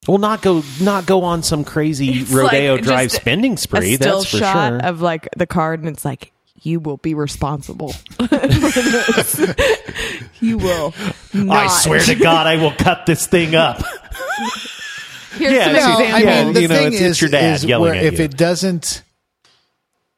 Well, not go not go on some crazy It's rodeo like drive just spending spree. a still that's for shot sure. of like the card, and it's like you will be responsible. you will. Not. I swear to God, I will cut this thing up. Here's Yeah, it's- some No, I examples. Yeah, mean the you know, thing it's- is, it's your dad is yelling where at if you. it doesn't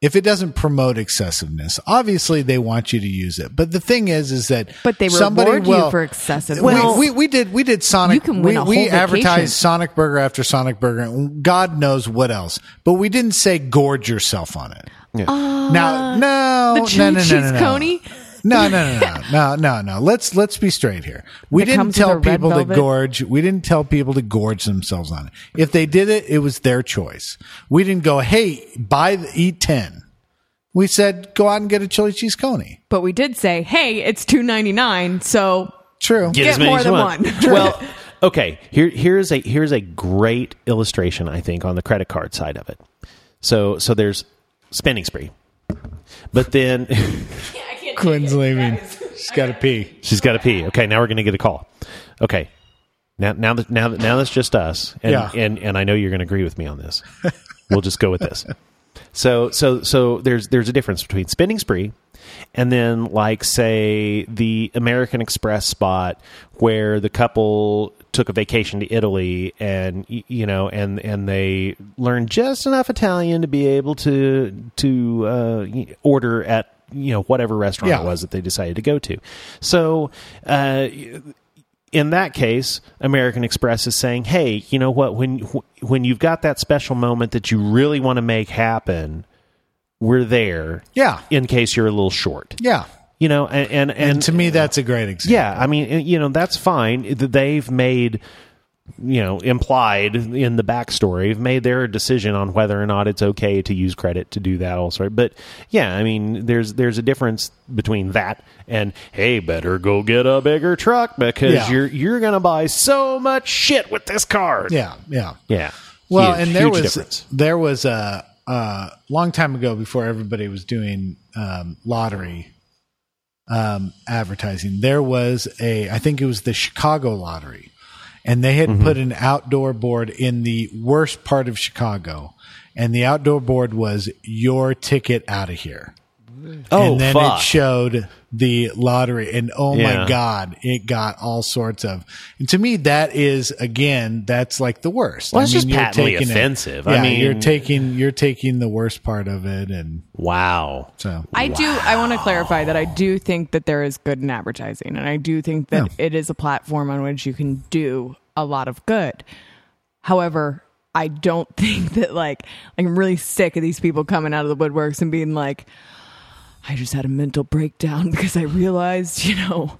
if it doesn't promote excessiveness, obviously they want you to use it. But the thing is, is that But they somebody reward you will, for excessiveness. Well, Well- we, we did we did Sonic. You can win we a we whole vacation. advertised Sonic Burger after Sonic Burger, and God knows what else. But we didn't say gorge yourself on it. now, no, Uh, the no, chili no, no, cheese no, no. coney? No, no, no, no, no, no, no. Let's let's be straight here. We That didn't comes with a tell red people to velvet? gorge. We didn't tell people to gorge themselves on it. If they did it, it was their choice. We didn't go, hey, buy the, eat ten. We said, go out and get a chili cheese coney. But we did say, hey, it's two ninety nine. So True. Get more than one. True. well, okay. Here, here's a here's a great illustration. I think on the credit card side of it. So, so there's spending spree, but then Quinn's leaving. She's got to pee. she's got to pee. Okay, now we're gonna get a call. Okay, now now that now that now that's just us. And, Yeah. and and I know you're gonna agree with me on this. we'll just go with this. So so so there's there's a difference between spending spree and then like say the American Express spot where the couple took a vacation to Italy and y- you know and and they learned just enough Italian to be able to to uh, y- order at you know whatever restaurant Yeah. it was that they decided to go to. So uh, in that case, American Express is saying, "Hey, you know what? When wh- when you've got that special moment that you really want to make happen, we're there. Yeah. in case you're a little short. Yeah. You know, and and, and, And to me, that's a great example. yeah, I mean, you know, that's fine. They've made." You know, implied in the backstory, have made their decision on whether or not it's okay to use credit to do that. All sort, but yeah, I mean, there's there's a difference between that and hey, better go get a bigger truck because Yeah. you're you're gonna buy so much shit with this card. Yeah. Yeah. yeah. Well, Huge, and there huge was difference. there was a, a long time ago before everybody was doing um, lottery um, advertising. There was a, I think it was the Chicago lottery, and they had Mm-hmm. put an outdoor board in the worst part of Chicago, and the outdoor board was your ticket out of here. Oh and then fuck! it showed the lottery, and oh Yeah. my god, it got all sorts of. And to me, that is again, that's like the worst. Well, it's just you're patently taking it- offensive. Yeah, I mean- you're taking you're taking the worst part of it, and wow. so I do. I want to clarify that I do think that there is good in advertising, and I do think that it is a platform on which you can do a lot of good. However, I don't think that like I'm really sick of these people coming out of the woodworks and being like, "I just had a mental breakdown because I realized, you know,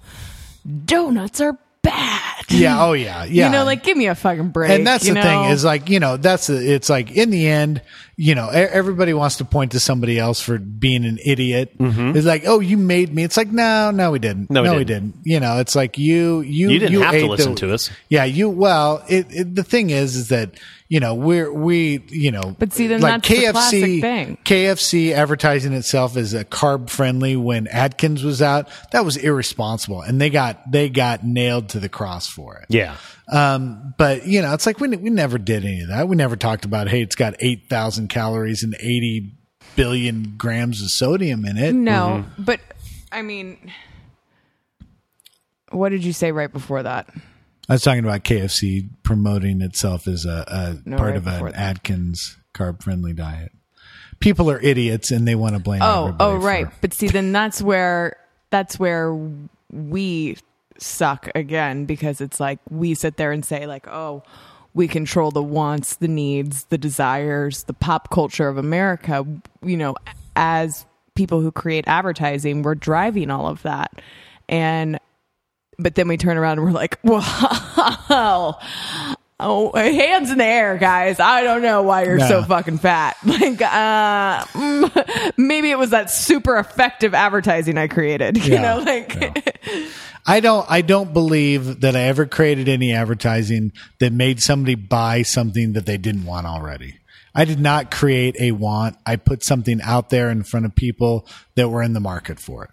donuts are bad." yeah, oh yeah, yeah. You know, like give me a fucking break. and that's you the thing know? is like you know that's the, it's like in the end you know e- everybody wants to point to somebody else for being an idiot it's like oh you made me it's like no no we didn't Mm-hmm. No, we we didn't. didn't you know it's like you you You didn't have to ate the- listen to us. yeah you well it, it the thing is is that you know we're we you know But see, then like that's the KFC classic thing. KFC advertising itself as a carb friendly when Atkins was out that was irresponsible and they got they got nailed to the cross for it Yeah. um, but you know, it's like we we never did any of that. We never talked about hey, it's got eight thousand calories and eighty billion grams of sodium in it. no, Mm-hmm. but I mean, what did you say right before that? I was talking about KFC promoting itself as a, a No, part right of an before that. Atkins carb friendly diet. People are idiots and they want to blame. Oh, everybody oh, for- right. But see, then that's where that's where we suck again because it's like we sit there and say like, oh, we control the wants, the needs, the desires, the pop culture of America, you know, as people who create advertising, we're driving all of that. And but then we turn around and we're like, well, oh, hands in the air, guys. I don't know why you're so No. fucking fat. Like, uh, mm, maybe it was that super effective advertising I created. You Yeah. know, like, I don't I don't believe that I ever created any advertising that made somebody buy something that they didn't want already. I did not create a want. I put something out there in front of people that were in the market for it.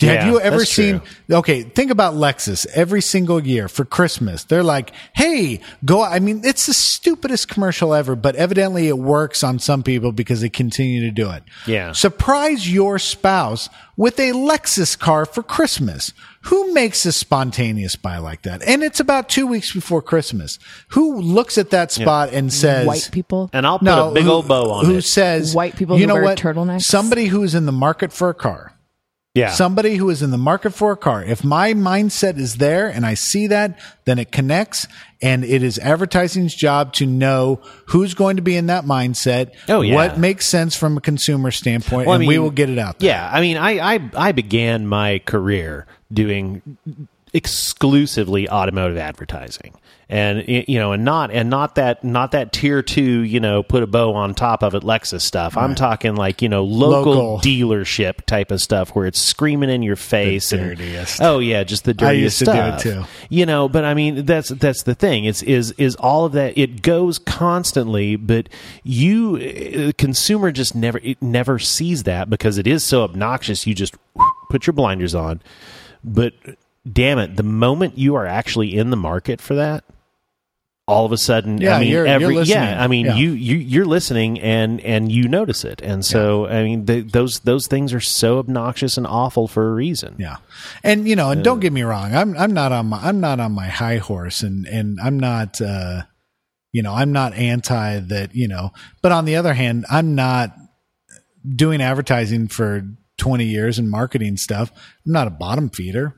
Have Yeah, you ever that's seen okay, think about Lexus every single year for Christmas. They're like, "Hey, go I mean, it's the stupidest commercial ever, but evidently it works on some people because they continue to do it." Yeah. Surprise your spouse with a Lexus car for Christmas. Who makes a spontaneous buy like that? And it's about 2 weeks before Christmas. Who looks at that spot and says white people. And I'll put no, a big who- old bow on who it. says White people you who know wear what? turtlenecks? Somebody who is in the market for a car yeah. somebody who is in the market for a car. If my mindset is there and I see that, then it connects and it is advertising's job to know who's going to be in that mindset. Oh, yeah. What makes sense from a consumer standpoint Well, I and we mean, will get it out there. Yeah, I mean, I, I I began my career doing exclusively automotive advertising, and y- you know, and not and not that not that tier two, you know, put a bow on top of it Lexus stuff. I'm talking like you know local, Local. dealership type of stuff where it's screaming in your face and dirtiest. oh yeah, just the I dirtiest used to do it, stuff too. you know but i mean that's that's the thing it's is is all of that it goes constantly but you uh, consumer just never it never sees that because it is so obnoxious you just put your blinders on but damn it the moment you are actually in the market for that all of a sudden Yeah, i mean you're- you're every listening. yeah i mean Yeah. you you you're listening and and you notice it and so i mean th those those things are so obnoxious and awful for a reason Yeah. And you know, and Uh, don't get me wrong, I'm I'm not on my I'm not on my high horse and and I'm not uh you know, I'm not anti that, you know, but on the other hand, I'm not doing advertising for 20 years and marketing stuff. I'm not a bottom feeder.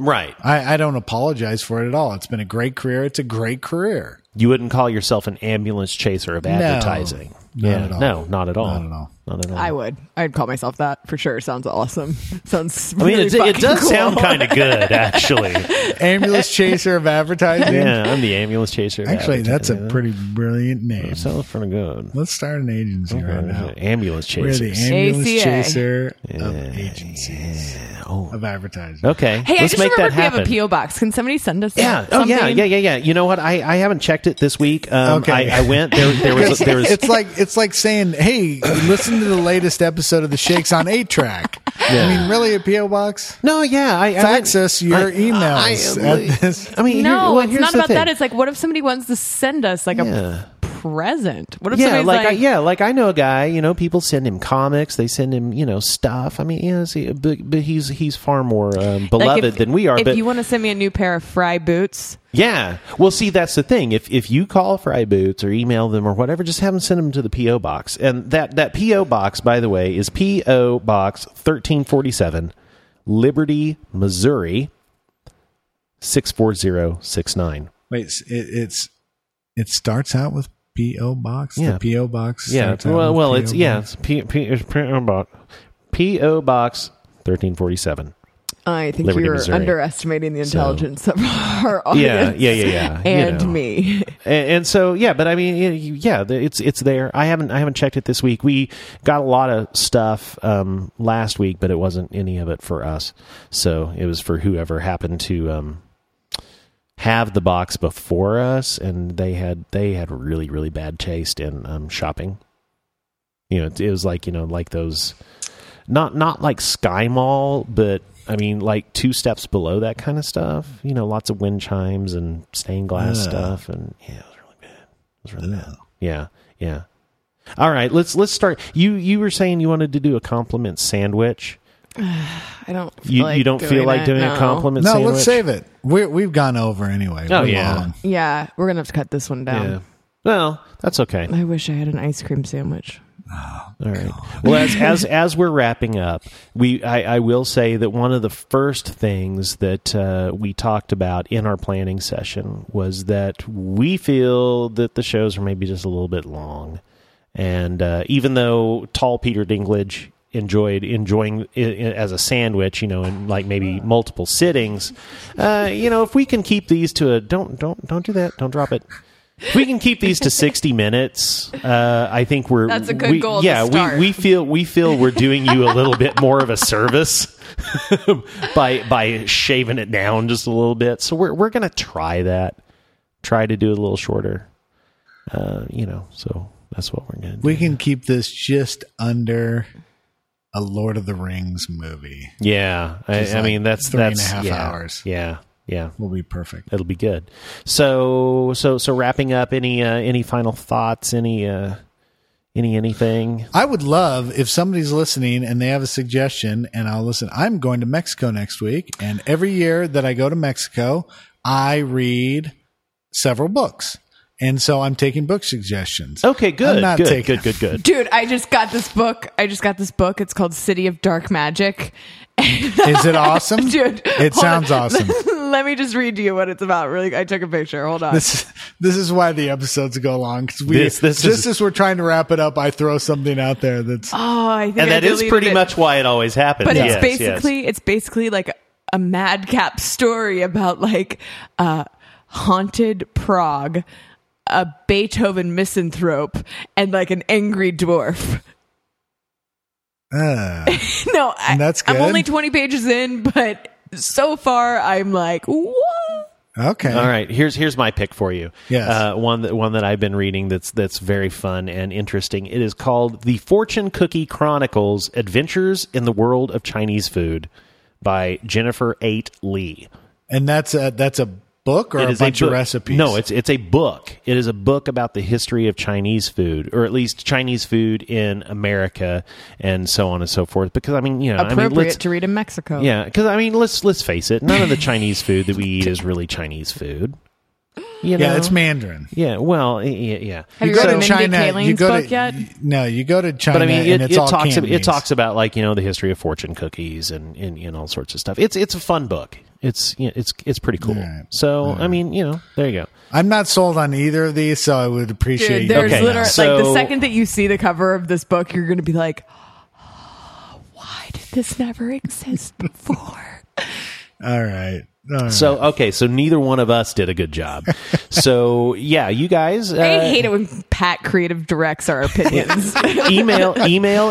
right I, I don't apologize for it at all. It's been a great career. It's a great career. you wouldn't call yourself an ambulance chaser of advertising. not yeah, at all. no, not at all. Not at all. Not at all. I would. I'd call myself that for sure. Sounds awesome. Sounds. I mean, really it, it does fucking sound cool. kind of good, actually. Ambulance chaser of advertising. yeah, I'm the ambulance chaser. of Actually, that's a advertising. pretty brilliant name. That sounds pretty good. Let's start an agency right now. Oh, Ambulance We're the chasers. ambulance ACA. chaser of agencies oh, of advertising. okay. Hey, Let's I just make remembered that we have happen. a PO box. Can somebody send us? yeah. Oh, something? yeah. Yeah. Yeah. Yeah. You know what? I, I haven't checked it this week. Um, Okay. I, I went there. There was there was it's like it's like saying, "Hey, listen to the latest episode of the Shakes on Eight Track." I mean, really, a PO box? no. Yeah. I, I Fax went- us your emails at this- I mean, here- No, well, it's here's not the about thing. that. It's like, what if somebody wants to send us like Yeah. a present? What if yeah, somebody's like, like, I, yeah, like I know a guy. You know, people send him comics. They send him, you know, stuff. I mean, you know, see, but, but he's he's far more um, like, beloved if- than we are. If But you want to send me a new pair of fry boots, yeah, well, see, that's the thing. If if you call Fry Boots or email them or whatever, just have them send them to the PO box. And that that PO box, by the way, is PO Box thirteen forty seven, Liberty, Missouri, six four zero six nine. Wait, it's- it, it's it starts out with PO box. Yeah. The PO box. Yeah. starts out Well, with well, PO it's yeah, box. it's P, P, it's PO box, PO box thirteen forty seven. I think Liberty, you're Missouri. underestimating the So- intelligence of our Yeah, audience. yeah, yeah, yeah. You And know. me. and, and so yeah but i mean y- yeah the- it's it's there i haven't i haven't checked it this week we got a lot of stuff um last week but it wasn't any of it for us so it was for whoever happened to um have the box before us and they had they had really really bad taste in um shopping you know it, it was like you know like those not not like sky mall but I mean, like two steps below that kind of stuff. You know, lots of wind chimes and stained glass Ugh. stuff, and yeah, it was really bad. It was really bad. Yeah, yeah. All right, let's let's start. You you were saying you wanted to do a compliment sandwich. I don't. Feel You like you don't feel like it, doing no. a compliment No, sandwich? let's save it. We're, we've gone over anyway. Oh, We're yeah. long. Yeah, we're gonna have to cut this one down. Yeah. Well, that's okay. I wish I had an ice cream sandwich. All right. Well, as as as we're wrapping up, we I, I will say that one of the first things that uh, we talked about in our planning session was that we feel that the shows are maybe just a little bit long, and uh, even though tall Peter Dinklage enjoyed enjoying i- i as a sandwich, you know, in like maybe multiple sittings, uh, you know, if we can keep these to a don't don't don't do that, don't drop it. If we can keep these to sixty minutes, uh, I think we're That's a good we- goal to Yeah, start. we we feel we feel we're doing you a little bit more of a service by by shaving it down just a little bit. So we're we're gonna try that. Try to do it a little shorter. Uh, you know, so that's what we're gonna do. We can keep this just under a Lord of the Rings movie. yeah, I, Just I like mean that's three and that's a half yeah, hours. Yeah, yeah. Will be perfect. It'll be good. So so so wrapping up. Any uh, any final thoughts? Any uh, any anything? I would love if somebody's listening and they have a suggestion and I'll listen. I'm going to Mexico next week and every year that I go to Mexico, I read several books. And so I'm taking book suggestions. Okay, good. I'm not good, taking good. Good. Good. Dude, I just got this book. I just got this book. It's called City of Dark Magic. Is it awesome? Dude, it hold sounds on. awesome. Let me just read to you what it's about. Really, I took a picture. Hold on. This this is why the episodes go long because we This- this just is- as we're trying to wrap it up, I throw something out there that's oh, I think and I that is deleted pretty it. much why it always happens. But Yes, it's basically it's basically like a madcap story about like uh, haunted Prague, a Beethoven misanthrope, and like an angry dwarf. uh, no, I, And that's I'm only good? 20 pages in, but so far I'm like, what? okay. Yes. All right, here's here's my pick for you. Yes. uh, one that one that I've been reading that's that's very fun and interesting. It is called The Fortune Cookie Chronicles: Adventures in the World of Chinese Food by Jennifer Eight Lee. and that's a that's a book or a It is bunch book. of recipes. No, it's it's a book. It is a book about the history of Chinese food, or at least Chinese food in America, and so on and so forth. Because I mean, you know, I mean, let's, Appropriate to read in Mexico. yeah, because I mean, let's let's face it, none of the Chinese food that we eat is really Chinese food. You know? yeah, it's Mandarin. Yeah, well, y- y- yeah. Have you go read to an China, Mindy Kaling's you go book to, yet? No, you go to China But I mean, it, and it's it all talks ab- Cantonese. it talks about like you know the history of fortune cookies and, and and all sorts of stuff. It's it's a fun book. It's you know, it's it's pretty cool. Alright, So I mean, you know, there you go. I'm not sold on either of these, so I would appreciate. Dude, there's Okay, literally like so- the second that you see the cover of this book, you're going to be like, why did this never exist before? all right. All right. So okay, so neither one of us did a good job. so yeah, you guys uh, I hate it when Pat Creative directs our opinions. email email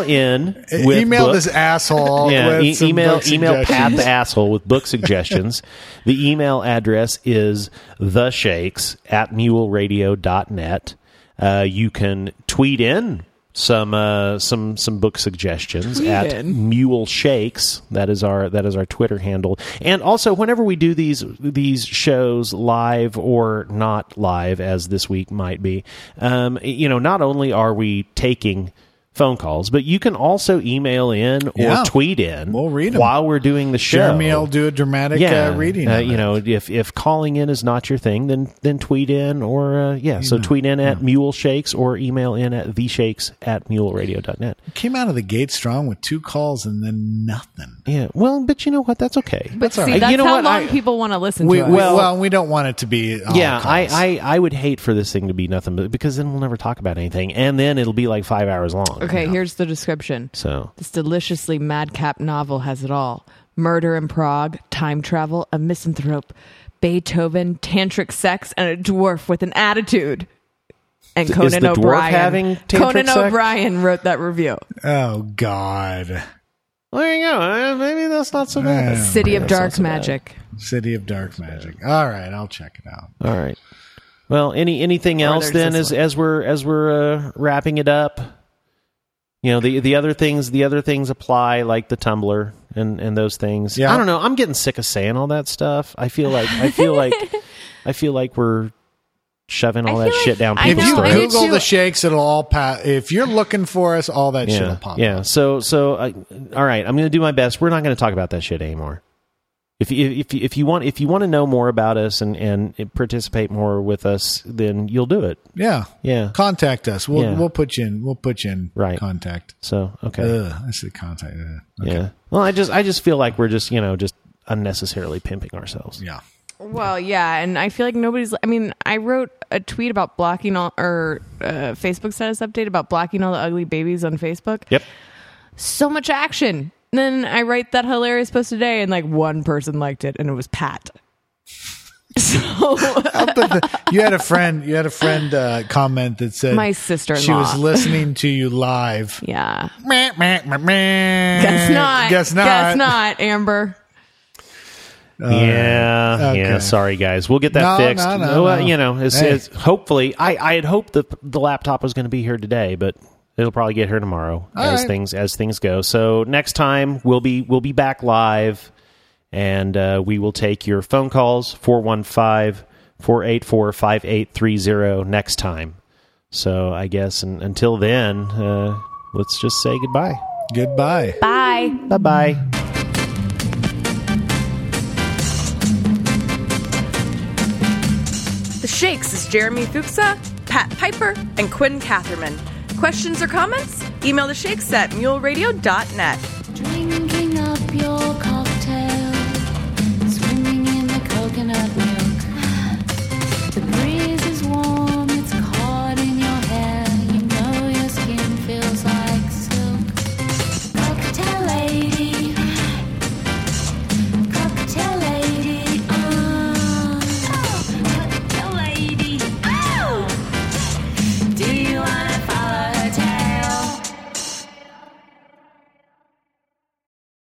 in with E-, email book- this asshole. Yeah, with e- some email book email suggestions. Pat the asshole with book suggestions. the email address is the shakes at muleradio.net. Uh, you can tweet in some uh, some some book suggestions at in. mule shakes that is our that is our twitter handle and also whenever we do these these shows live or not live as this week might be um, you know not only are we taking phone calls but you can also email in or Yeah. tweet in We'll read 'em. while we're doing the show Jeremy will do a dramatic yeah, uh, reading. Uh, of you it. know, if if calling in is not your thing, then then tweet in or uh, yeah. So tweet in at Mule Shakes or email in at the Shakes at muleradio.net. came out of the gate strong with two calls and then nothing. Yeah. Well, but you know what? That's okay. but see, You that's know how what? long I- people want to listen We, to well, us. we, well, we don't want it to be. all yeah, I, calls. I, I would hate for this thing to be nothing but because then we'll never talk about anything, and then it'll be like five hours long. Okay, here's the description. So This deliciously madcap novel has it all murder in Prague, time travel, a misanthrope, Beethoven, tantric sex, and a dwarf with an attitude. And Conan the dwarf O'Brien. having tantric Conan sex? O'Brien wrote that review. Oh God, there you go. Uh, Maybe that's not so bad. City of that's not Dark so bad. Magic. City of Dark Magic. All right, I'll check it out. All right. Well, any anything else there's then this as as we're as we're uh, wrapping it up. You know the the other things the other things apply like the Tumblr and and those things. Yeah. I don't know. I'm getting sick of saying all that stuff. I feel like I feel like I feel like we're shoving all I that feel shit like- down I If people's you know, I throats. do Google too. the shakes, it'll all pop. If you're looking for us, all that shit will Yeah, pop. yeah. So so I, all right. I'm going to do my best. We're not going to talk about that shit anymore. If you, if you, if you want if you want to know more about us and and participate more with us, then you'll do it. Yeah. Yeah. Contact us. We'll Yeah. we'll put you in. We'll put you in Right. contact. So okay. Ugh, I said contact. uh, Ugh. Uh, Okay. Yeah. Well, I just I just feel like we're just you know just unnecessarily pimping ourselves. Yeah. Well, yeah, and I feel like nobody's. I mean, I wrote a tweet about blocking all or uh, Facebook status update about blocking all the ugly babies on Facebook. Yep. So much action. And then I write that hilarious post today, and like one person liked it, and it was Pat. So You had a friend. You had a friend uh, comment that said My sister-in-law. She was listening to you live. yeah, Meh, meh, meh, meh. guess not. Eh, Guess not. Guess not. Amber. yeah. Yeah. okay. Sorry, guys. We'll get No, that fixed. no, no, well, no. you know, it's, Hey. it's hopefully I I had hoped the the laptop was going to be here today, but it'll probably get here tomorrow as right. things as things go. So next time we'll be we'll be back live. And uh, we will take your phone calls 415 484 5830 next time. So I guess and, until then, uh, let's just say goodbye. Goodbye. Bye. Bye bye. The Shakes is Jeremy Fuchsa, Pat Piper, and Quinn Catherman. Questions or comments? Email the Shakes at muleradio.net. Drinking up your cocktail, swimming in the coconut milk. The breeze oh.